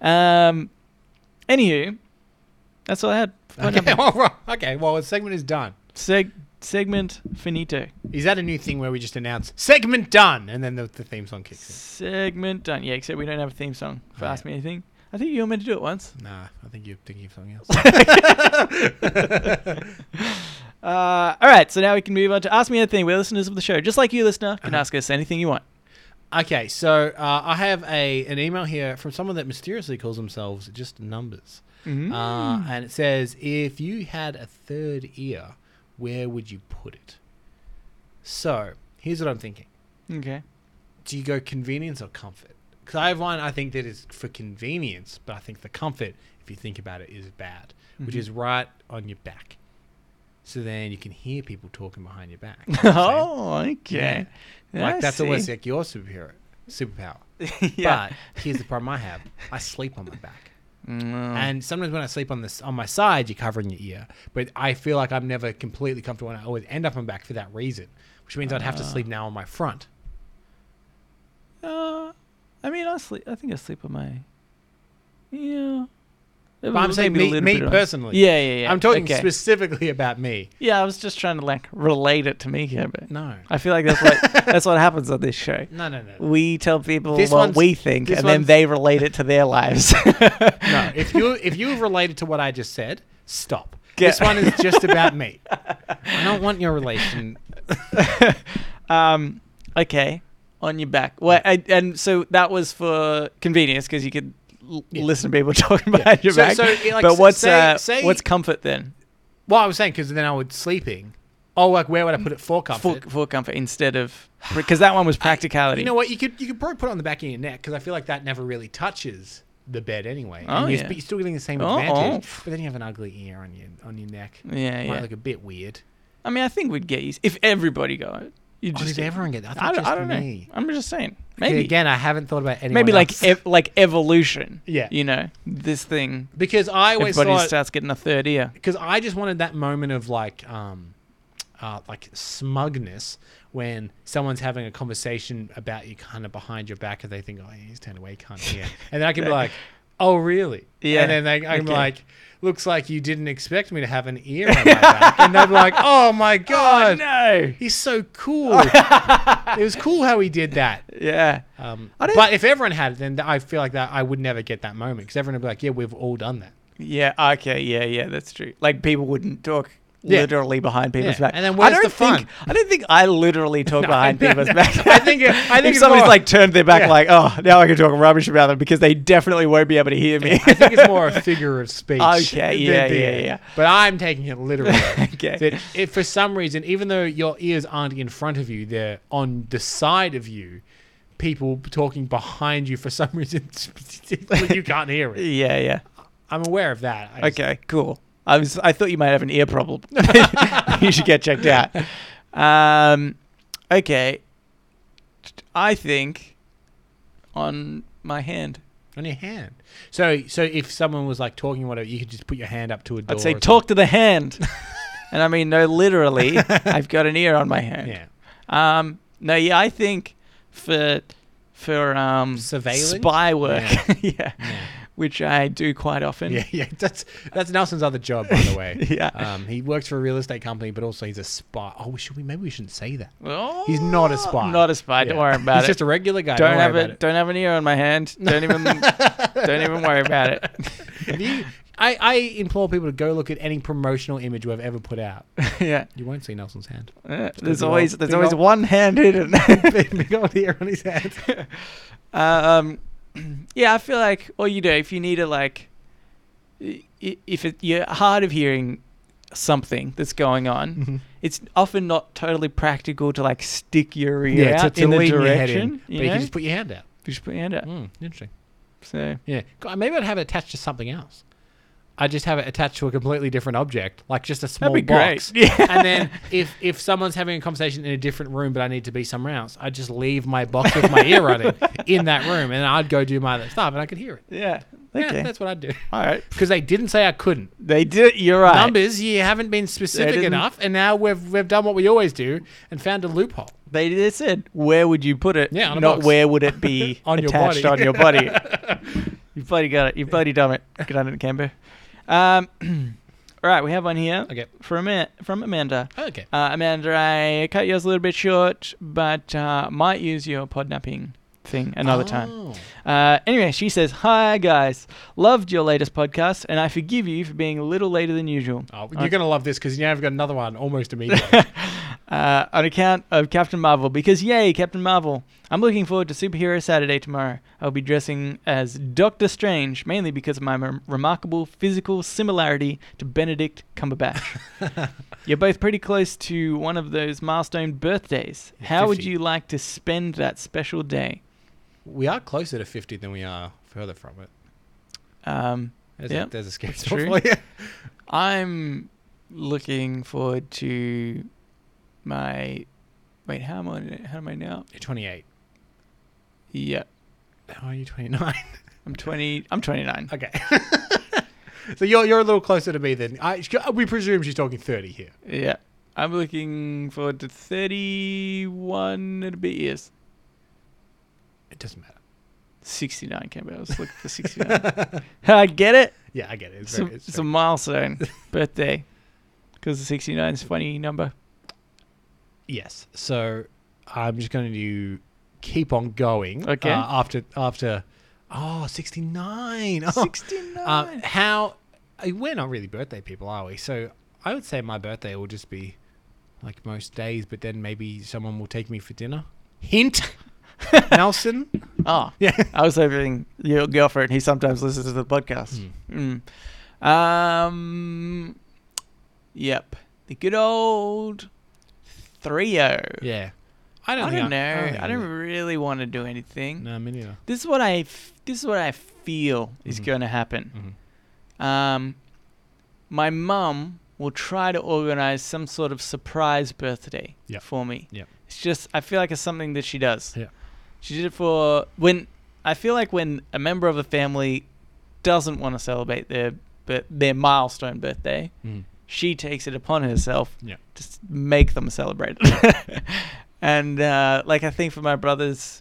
Speaker 1: Um, anywho, that's all I had. Point
Speaker 2: Okay,
Speaker 1: number-
Speaker 2: all right. okay, well, the segment is done.
Speaker 1: Seg- segment finito.
Speaker 2: Is that a new thing where we just announce segment done and then the, the theme song kicks
Speaker 1: Segment done. Yeah, except we don't have a theme song for
Speaker 2: Oh, yeah.
Speaker 1: Ask Me Anything. I think you were meant to do it once.
Speaker 2: in? Nah, I think you're thinking of something else.
Speaker 1: Uh, all right, so now we can move on to Ask Me Anything, where listeners of the show, just like you, listener,
Speaker 2: Uh-huh.
Speaker 1: can ask us anything you want.
Speaker 2: okay, so uh, I have a an email here from someone that mysteriously calls themselves just numbers.
Speaker 1: Hmm. Um,
Speaker 2: Uh, and it says, if you had a third ear, where would you put it? So here's what I'm thinking.
Speaker 1: Okay.
Speaker 2: do you go convenience or comfort? Because I have one I think that is for convenience, but I think the comfort, if you think about it, is bad,
Speaker 1: Mm-hmm.
Speaker 2: which is right on your back. So then you can hear people talking behind your back. You know what I'm saying?
Speaker 1: Oh, okay.
Speaker 2: like
Speaker 1: I
Speaker 2: that's almost
Speaker 1: see.
Speaker 2: like your superhero, superpower.
Speaker 1: yeah.
Speaker 2: But here's the problem I have: I sleep on my back,
Speaker 1: Mm,
Speaker 2: and sometimes when I sleep on this on my side, you're covering your ear. But I feel like I'm never completely comfortable, and I always end up on my back for that reason, which means I'd have to sleep now on my front.
Speaker 1: uh, I mean, I sleep. I think I sleep on my. Yeah.
Speaker 2: But I'm saying
Speaker 1: Maybe a
Speaker 2: me,
Speaker 1: little
Speaker 2: me
Speaker 1: bit on-
Speaker 2: personally.
Speaker 1: Yeah, yeah, yeah.
Speaker 2: I'm talking
Speaker 1: okay.
Speaker 2: specifically about me.
Speaker 1: Yeah, I was just trying to like relate it to me here, but
Speaker 2: No.
Speaker 1: I feel like that's what that's what happens on this show.
Speaker 2: No, no, no.
Speaker 1: We tell people
Speaker 2: This
Speaker 1: what
Speaker 2: one's-
Speaker 1: we think,
Speaker 2: this
Speaker 1: and then
Speaker 2: one's-
Speaker 1: they relate it to their lives.
Speaker 2: No. If you if you related to what I just said, stop.
Speaker 1: Get-
Speaker 2: This one is just about me. I don't want your relation.
Speaker 1: Um, okay, on your back. Well, I, and so that was for convenience because you could l- listen to people talking behind your
Speaker 2: So-
Speaker 1: back.
Speaker 2: so, yeah, like,
Speaker 1: but
Speaker 2: s-
Speaker 1: what's
Speaker 2: say-
Speaker 1: uh,
Speaker 2: say-
Speaker 1: what's comfort then?
Speaker 2: Well, I was saying because then I would sleeping. Oh, like where would I put it for
Speaker 1: For,
Speaker 2: comfort?
Speaker 1: for comfort instead of because that one was practicality.
Speaker 2: you know what? You could you could probably put it on the back of your neck because I feel like that never really touches the bed anyway.
Speaker 1: Oh,
Speaker 2: and you're,
Speaker 1: yeah.
Speaker 2: sp- you're still getting the same
Speaker 1: Oh,
Speaker 2: advantage,
Speaker 1: oh.
Speaker 2: but then you have an ugly ear on your on your neck.
Speaker 1: Yeah,
Speaker 2: Might
Speaker 1: yeah.
Speaker 2: look a bit weird.
Speaker 1: I mean, I think we'd get used if everybody got it. You
Speaker 2: Oh, does
Speaker 1: just
Speaker 2: everyone get that?
Speaker 1: I
Speaker 2: I, thought
Speaker 1: don't,
Speaker 2: just
Speaker 1: I don't
Speaker 2: me.
Speaker 1: know. I'm just saying.
Speaker 2: Maybe.
Speaker 1: Maybe
Speaker 2: Again, I haven't thought about anyone
Speaker 1: Maybe
Speaker 2: else.
Speaker 1: like ev- like evolution.
Speaker 2: Yeah.
Speaker 1: You know this thing.
Speaker 2: because I always
Speaker 1: Everybody
Speaker 2: thought
Speaker 1: starts getting a third ear.
Speaker 2: because I just wanted that moment of like um uh, like smugness when someone's having a conversation about you kind of behind your back and they think oh he's turned away he can't hear and then I can be like oh really
Speaker 1: Yeah.
Speaker 2: and then they, I'm
Speaker 1: Okay.
Speaker 2: like looks like you didn't expect me to have an ear on my back and they're like oh my god
Speaker 1: no.
Speaker 2: he's so cool it was cool how he did that
Speaker 1: Yeah.
Speaker 2: um,
Speaker 1: I don't-
Speaker 2: but if everyone had it then I feel like that I would never get that moment because everyone would be like yeah we've all done that
Speaker 1: Yeah. Okay. Yeah. Yeah. That's true. Like people wouldn't talk
Speaker 2: Yeah.
Speaker 1: literally behind people's
Speaker 2: Yeah,
Speaker 1: back.
Speaker 2: and then where's
Speaker 1: I don't
Speaker 2: the fun?
Speaker 1: Think, I don't think I literally talk behind
Speaker 2: no,
Speaker 1: people's
Speaker 2: no.
Speaker 1: back.
Speaker 2: I think- I think
Speaker 1: if
Speaker 2: it's
Speaker 1: somebody's
Speaker 2: more-
Speaker 1: like turned their back,
Speaker 2: Yeah.
Speaker 1: like, oh, now I can talk rubbish about them because they definitely won't be able to hear me.
Speaker 2: I think it's more a figure of speech.
Speaker 1: Okay, yeah, yeah, yeah.
Speaker 2: But I'm taking it literally.
Speaker 1: Okay.
Speaker 2: That if for some reason, even though your ears aren't in front of you, they're on the side of you, people talking behind you for some reason, you can't hear it.
Speaker 1: yeah. Yeah.
Speaker 2: I'm aware of that. I just-
Speaker 1: Okay. Cool. I was. I thought you might have an ear problem. you should get checked out. Um, okay. I think on my hand.
Speaker 2: On your hand. So so if someone was like talking or whatever, you could just put your hand up to a door.
Speaker 1: I'd say
Speaker 2: or something.
Speaker 1: talk to the hand. and I mean, no, literally, I've got an ear on my hand.
Speaker 2: Yeah.
Speaker 1: Um, no, yeah, I think for for um,
Speaker 2: Surveilling?
Speaker 1: spy work. Yeah. which I do quite often.
Speaker 2: Yeah, yeah. That's that's Nelson's other job, by the way.
Speaker 1: Yeah.
Speaker 2: Um, he works for a real estate company, but also he's a spy. Oh, should we? Maybe we shouldn't say that.
Speaker 1: Oh,
Speaker 2: He's not a spy.
Speaker 1: Not a spy. Don't
Speaker 2: Yeah.
Speaker 1: worry about
Speaker 2: he's
Speaker 1: it.
Speaker 2: just a regular guy.
Speaker 1: don't,
Speaker 2: worry
Speaker 1: have
Speaker 2: about
Speaker 1: it. Don't have an ear on my hand. Don't even. don't even worry about it.
Speaker 2: If you- I, I implore people to go look at any promotional image we've ever put out.
Speaker 1: yeah.
Speaker 2: You won't see Nelson's hand.
Speaker 1: Uh,
Speaker 2: big
Speaker 1: There's
Speaker 2: ol-
Speaker 1: always there's
Speaker 2: big
Speaker 1: always
Speaker 2: ol-
Speaker 1: one hand hidden.
Speaker 2: Big old hair on his hand.
Speaker 1: um, yeah, I feel like all you do if you need to like, i- i- if it, you're hard of hearing something that's going on,
Speaker 2: Mm-hmm.
Speaker 1: it's often not totally practical to like stick your ear
Speaker 2: to-
Speaker 1: out
Speaker 2: to
Speaker 1: in the
Speaker 2: lean your head in,
Speaker 1: direction.
Speaker 2: but
Speaker 1: You
Speaker 2: you
Speaker 1: know? Hmm.
Speaker 2: can
Speaker 1: just
Speaker 2: just
Speaker 1: put,
Speaker 2: put your hand out.
Speaker 1: your hand out.
Speaker 2: Mm, interesting.
Speaker 1: So
Speaker 2: Yeah. God, Maybe I'd have it attached to something else. I just have it attached to a completely different object, like just a small
Speaker 1: be great.
Speaker 2: box.
Speaker 1: Yeah.
Speaker 2: And then if if someone's having a conversation in a different room, but I need to be somewhere else, I just leave my box with my ear on it in that room, and I'd go do my other stuff, and I could hear it.
Speaker 1: yeah,
Speaker 2: Yeah,
Speaker 1: okay,
Speaker 2: that's what I'd do.
Speaker 1: all right.
Speaker 2: Because they didn't say I couldn't.
Speaker 1: They did. You're right.
Speaker 2: Numbers, you haven't been specific
Speaker 1: didn't-
Speaker 2: enough, and now we've we've done what we always do and found a loophole.
Speaker 1: They, they said, "Where would you put it?
Speaker 2: Yeah, on a
Speaker 1: not
Speaker 2: box.
Speaker 1: where would it be
Speaker 2: On your
Speaker 1: attached
Speaker 2: body.
Speaker 1: on your body." you bloody got it. You bloody dumb it. Good on it, Camber. Um, all right, we have one here.
Speaker 2: Okay.
Speaker 1: From it from Amanda.
Speaker 2: Okay.
Speaker 1: Uh, Amanda, I cut yours a little bit short, but uh, might use your podnapping thing another time.
Speaker 2: Oh.
Speaker 1: Uh, anyway, she says, "Hi guys, loved your latest podcast, and I forgive you for being a little later than usual."
Speaker 2: Oh,
Speaker 1: Uh,
Speaker 2: you're gonna love this because now I've got another one almost immediately.
Speaker 1: uh, on account of Captain Marvel because yay, Captain Marvel! I'm looking forward to Superhero Saturday tomorrow. I'll be dressing as Doctor Strange mainly because of my rem- remarkable physical similarity to Benedict Cumberbatch. You're both pretty close to one of those milestone birthdays. How would
Speaker 2: 50.
Speaker 1: you like to spend that special day?
Speaker 2: we are closer to fifty than we are further from it.
Speaker 1: Um,
Speaker 2: There's,
Speaker 1: Yep.
Speaker 2: a, there's a scary
Speaker 1: It's
Speaker 2: thought
Speaker 1: true.
Speaker 2: for you.
Speaker 1: I'm looking forward to my wait. How am I? How am I now?
Speaker 2: You're 28.
Speaker 1: Yeah,
Speaker 2: How are you 29?
Speaker 1: I'm 20. I'm 29.
Speaker 2: okay. so you're you're a little closer to me than I. We presume she's talking 30 here.
Speaker 1: Yeah. I'm looking forward to 31 it'll be years.
Speaker 2: It doesn't matter.
Speaker 1: 69 came out. I was looking for 69. I get it.
Speaker 2: Yeah, I get it. It's
Speaker 1: It's a,
Speaker 2: very, it's
Speaker 1: it's a
Speaker 2: very-
Speaker 1: milestone birthday because the 69 is a funny number.
Speaker 2: yes. So I'm just going to keep on going.
Speaker 1: Okay.
Speaker 2: uh, after after. Oh, 69. Oh.
Speaker 1: 69.
Speaker 2: Uh, how? uh, We're not really birthday people, are we? So I would say my birthday will just be like most days, but then maybe someone will take me for dinner. Hint, Nelson.
Speaker 1: oh,
Speaker 2: Yeah.
Speaker 1: I was hoping your girlfriend, he sometimes listens to the podcast.
Speaker 2: Hmm.
Speaker 1: Mm. Um, yep. The good old 3 0.
Speaker 2: Yeah. Oh, I don't,
Speaker 1: I
Speaker 2: think
Speaker 1: don't know.
Speaker 2: think
Speaker 1: I don't
Speaker 2: that-
Speaker 1: really want to do anything.
Speaker 2: No, me neither.
Speaker 1: this is what I f- this is what I feel is going to happen.
Speaker 2: Mm-hmm.
Speaker 1: Um, my mum will try to organize some sort of surprise birthday
Speaker 2: Yep.
Speaker 1: for me.
Speaker 2: Yep.
Speaker 1: It's just I feel like it's something that she does.
Speaker 2: Yeah.
Speaker 1: She did it for when I feel like when a member of the family doesn't want to celebrate their but their milestone birthday,
Speaker 2: Mm.
Speaker 1: she takes it upon herself
Speaker 2: Yeah.
Speaker 1: to s- make them celebrate it. and uh, like I think for my brother's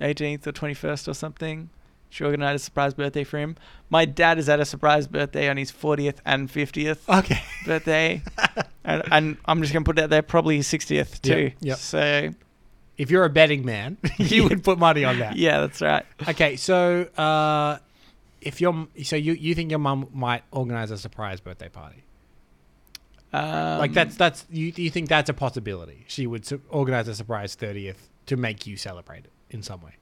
Speaker 1: 18th or 21st or something, she organized a surprise birthday for him. My dad is at a surprise birthday on his 40th and 50th
Speaker 2: Okay.
Speaker 1: birthday, and, and I'm just gonna put that there probably his 60th too.
Speaker 2: Yep, yep.
Speaker 1: So
Speaker 2: If you're a betting man, you would put money on that.
Speaker 1: yeah, that's right.
Speaker 2: Okay, so uh, if your so you you think your mum might organize a surprise birthday party?
Speaker 1: Um,
Speaker 2: Like that's that's you you think that's a possibility? She would su- organize a surprise 30th to make you celebrate it in some way.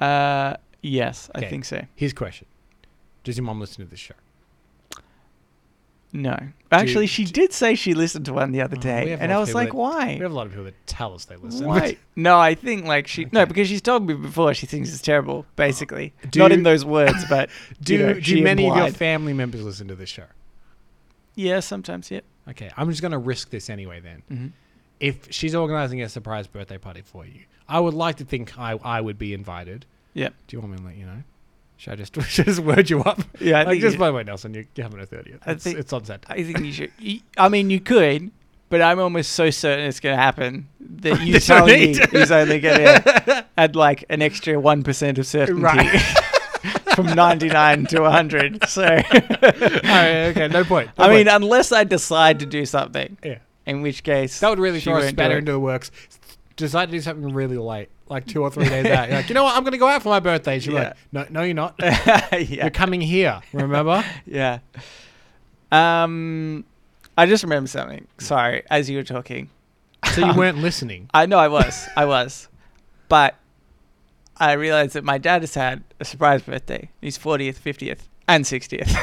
Speaker 1: Uh, yes, I
Speaker 2: Okay.
Speaker 1: think so.
Speaker 2: Here's a question: Does your mum listen to this show?
Speaker 1: No, actually, she did say she listened to one the other
Speaker 2: Oh,
Speaker 1: day,
Speaker 2: we have
Speaker 1: and
Speaker 2: a lot
Speaker 1: I was
Speaker 2: of people
Speaker 1: like,
Speaker 2: that-
Speaker 1: why?
Speaker 2: We have a lot of people that tell us they listen.
Speaker 1: Why? No, I think like she no because she's told me before she thinks it's terrible. Basically,
Speaker 2: Do
Speaker 1: not
Speaker 2: you-
Speaker 1: in those words, but
Speaker 2: Do
Speaker 1: you know,
Speaker 2: do
Speaker 1: she
Speaker 2: many of your
Speaker 1: implied.
Speaker 2: family members listen to this show?
Speaker 1: yeah sometimes yeah Mm-hmm.
Speaker 2: Okay, I'm just going to risk this anyway then. If she's organizing a surprise birthday party for you, I would like to think I, I would be invited.
Speaker 1: yeah
Speaker 2: Do you want me to let you know? Should I just, should I just word you up?
Speaker 1: Yeah, I
Speaker 2: like,
Speaker 1: think
Speaker 2: just
Speaker 1: you-
Speaker 2: by the way, Nelson, you're, you're having a 30th. It's,
Speaker 1: think-
Speaker 2: it's on Saturday.
Speaker 1: I think you should. you- I mean, you could, but I'm almost so certain it's going to happen that you
Speaker 2: There's no
Speaker 1: telling me
Speaker 2: need.
Speaker 1: he's only going to add like an extra one percent of certainty
Speaker 2: Right.
Speaker 1: from 99 to 100. So,
Speaker 2: Alright, okay, no point. no
Speaker 1: I mean, uh,
Speaker 2: point.
Speaker 1: unless I decide to do something,
Speaker 2: yeah.
Speaker 1: in which case
Speaker 2: That would really
Speaker 1: she
Speaker 2: throw a
Speaker 1: won't do
Speaker 2: spanner
Speaker 1: it.
Speaker 2: into the works. Decide to do something really late, like two or three days out. You're like, you know what? I'm going to go out for my birthday. She's like, no, no, you're not.
Speaker 1: yeah,
Speaker 2: You're coming here. Remember?
Speaker 1: yeah. Um, I just remember something. Sorry, as you were talking,
Speaker 2: so you weren't listening.
Speaker 1: I know I was, I was, but I realized that my dad has had a surprise birthday. He's 40th, 50th, and 60th.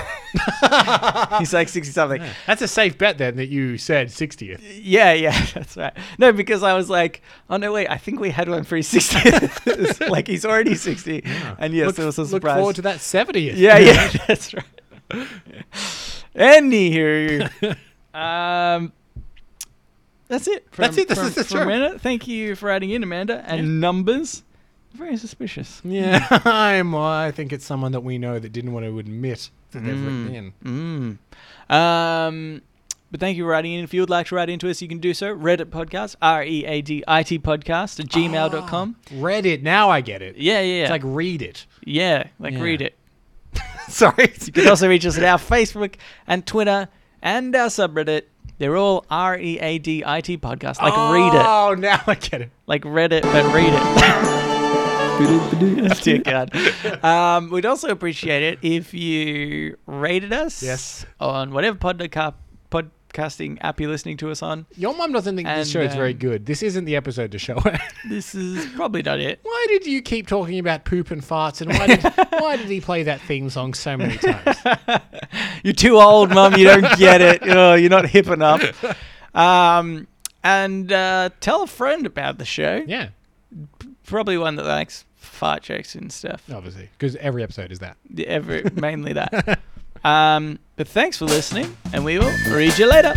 Speaker 1: He's like 60 something.
Speaker 2: That's a safe bet then that you said 60th.
Speaker 1: Yeah, yeah, that's right. No, because I was like, oh no, wait, I think we had one for his 60th. like he's already 60, and yes,
Speaker 2: look,
Speaker 1: it was a
Speaker 2: look
Speaker 1: surprise.
Speaker 2: forward to that 70th.
Speaker 1: Yeah, yeah, that's right. Anywho, um, that's it. From,
Speaker 2: That's it, this
Speaker 1: from,
Speaker 2: is the
Speaker 1: from
Speaker 2: show.
Speaker 1: Amanda. Thank you for adding in, Amanda. And numbers, very suspicious.
Speaker 2: Yeah, I'm, I think it's someone that we know that didn't want to admit that they've written in.
Speaker 1: Mm. Um, but thank you for writing in. If you would like to write into us, you can do so. Reddit podcast, R E A D I T podcast at gmail.com.
Speaker 2: Read it. Now I get it.
Speaker 1: Yeah, yeah, yeah.
Speaker 2: It's like read it.
Speaker 1: yeah, like
Speaker 2: Yeah.
Speaker 1: read it.
Speaker 2: Sorry.
Speaker 1: You can also reach us at our Facebook and Twitter and our subreddit. They're all R E A D I T podcast. Like read it.
Speaker 2: Oh, now I get it.
Speaker 1: like Reddit, but read it. Dear God. Um, we'd also appreciate it if you rated us
Speaker 2: Yes.
Speaker 1: on whatever podca- podcasting app you're listening to us on.
Speaker 2: Your mum doesn't think this
Speaker 1: And,
Speaker 2: show is very
Speaker 1: um,
Speaker 2: good. This isn't the episode to show her.
Speaker 1: This is probably not it.
Speaker 2: why did you keep talking about poop and farts and why did, why did he play that theme song so many times?
Speaker 1: You're too old, Mum. You don't get it. Oh, you're not hip enough. Um, and uh, tell a friend about the show.
Speaker 2: Yeah,
Speaker 1: Probably one that likes fart jokes and stuff.
Speaker 2: obviously, because every episode is that.
Speaker 1: The- Every, mainly that. Um, but thanks for listening, and we will read you later.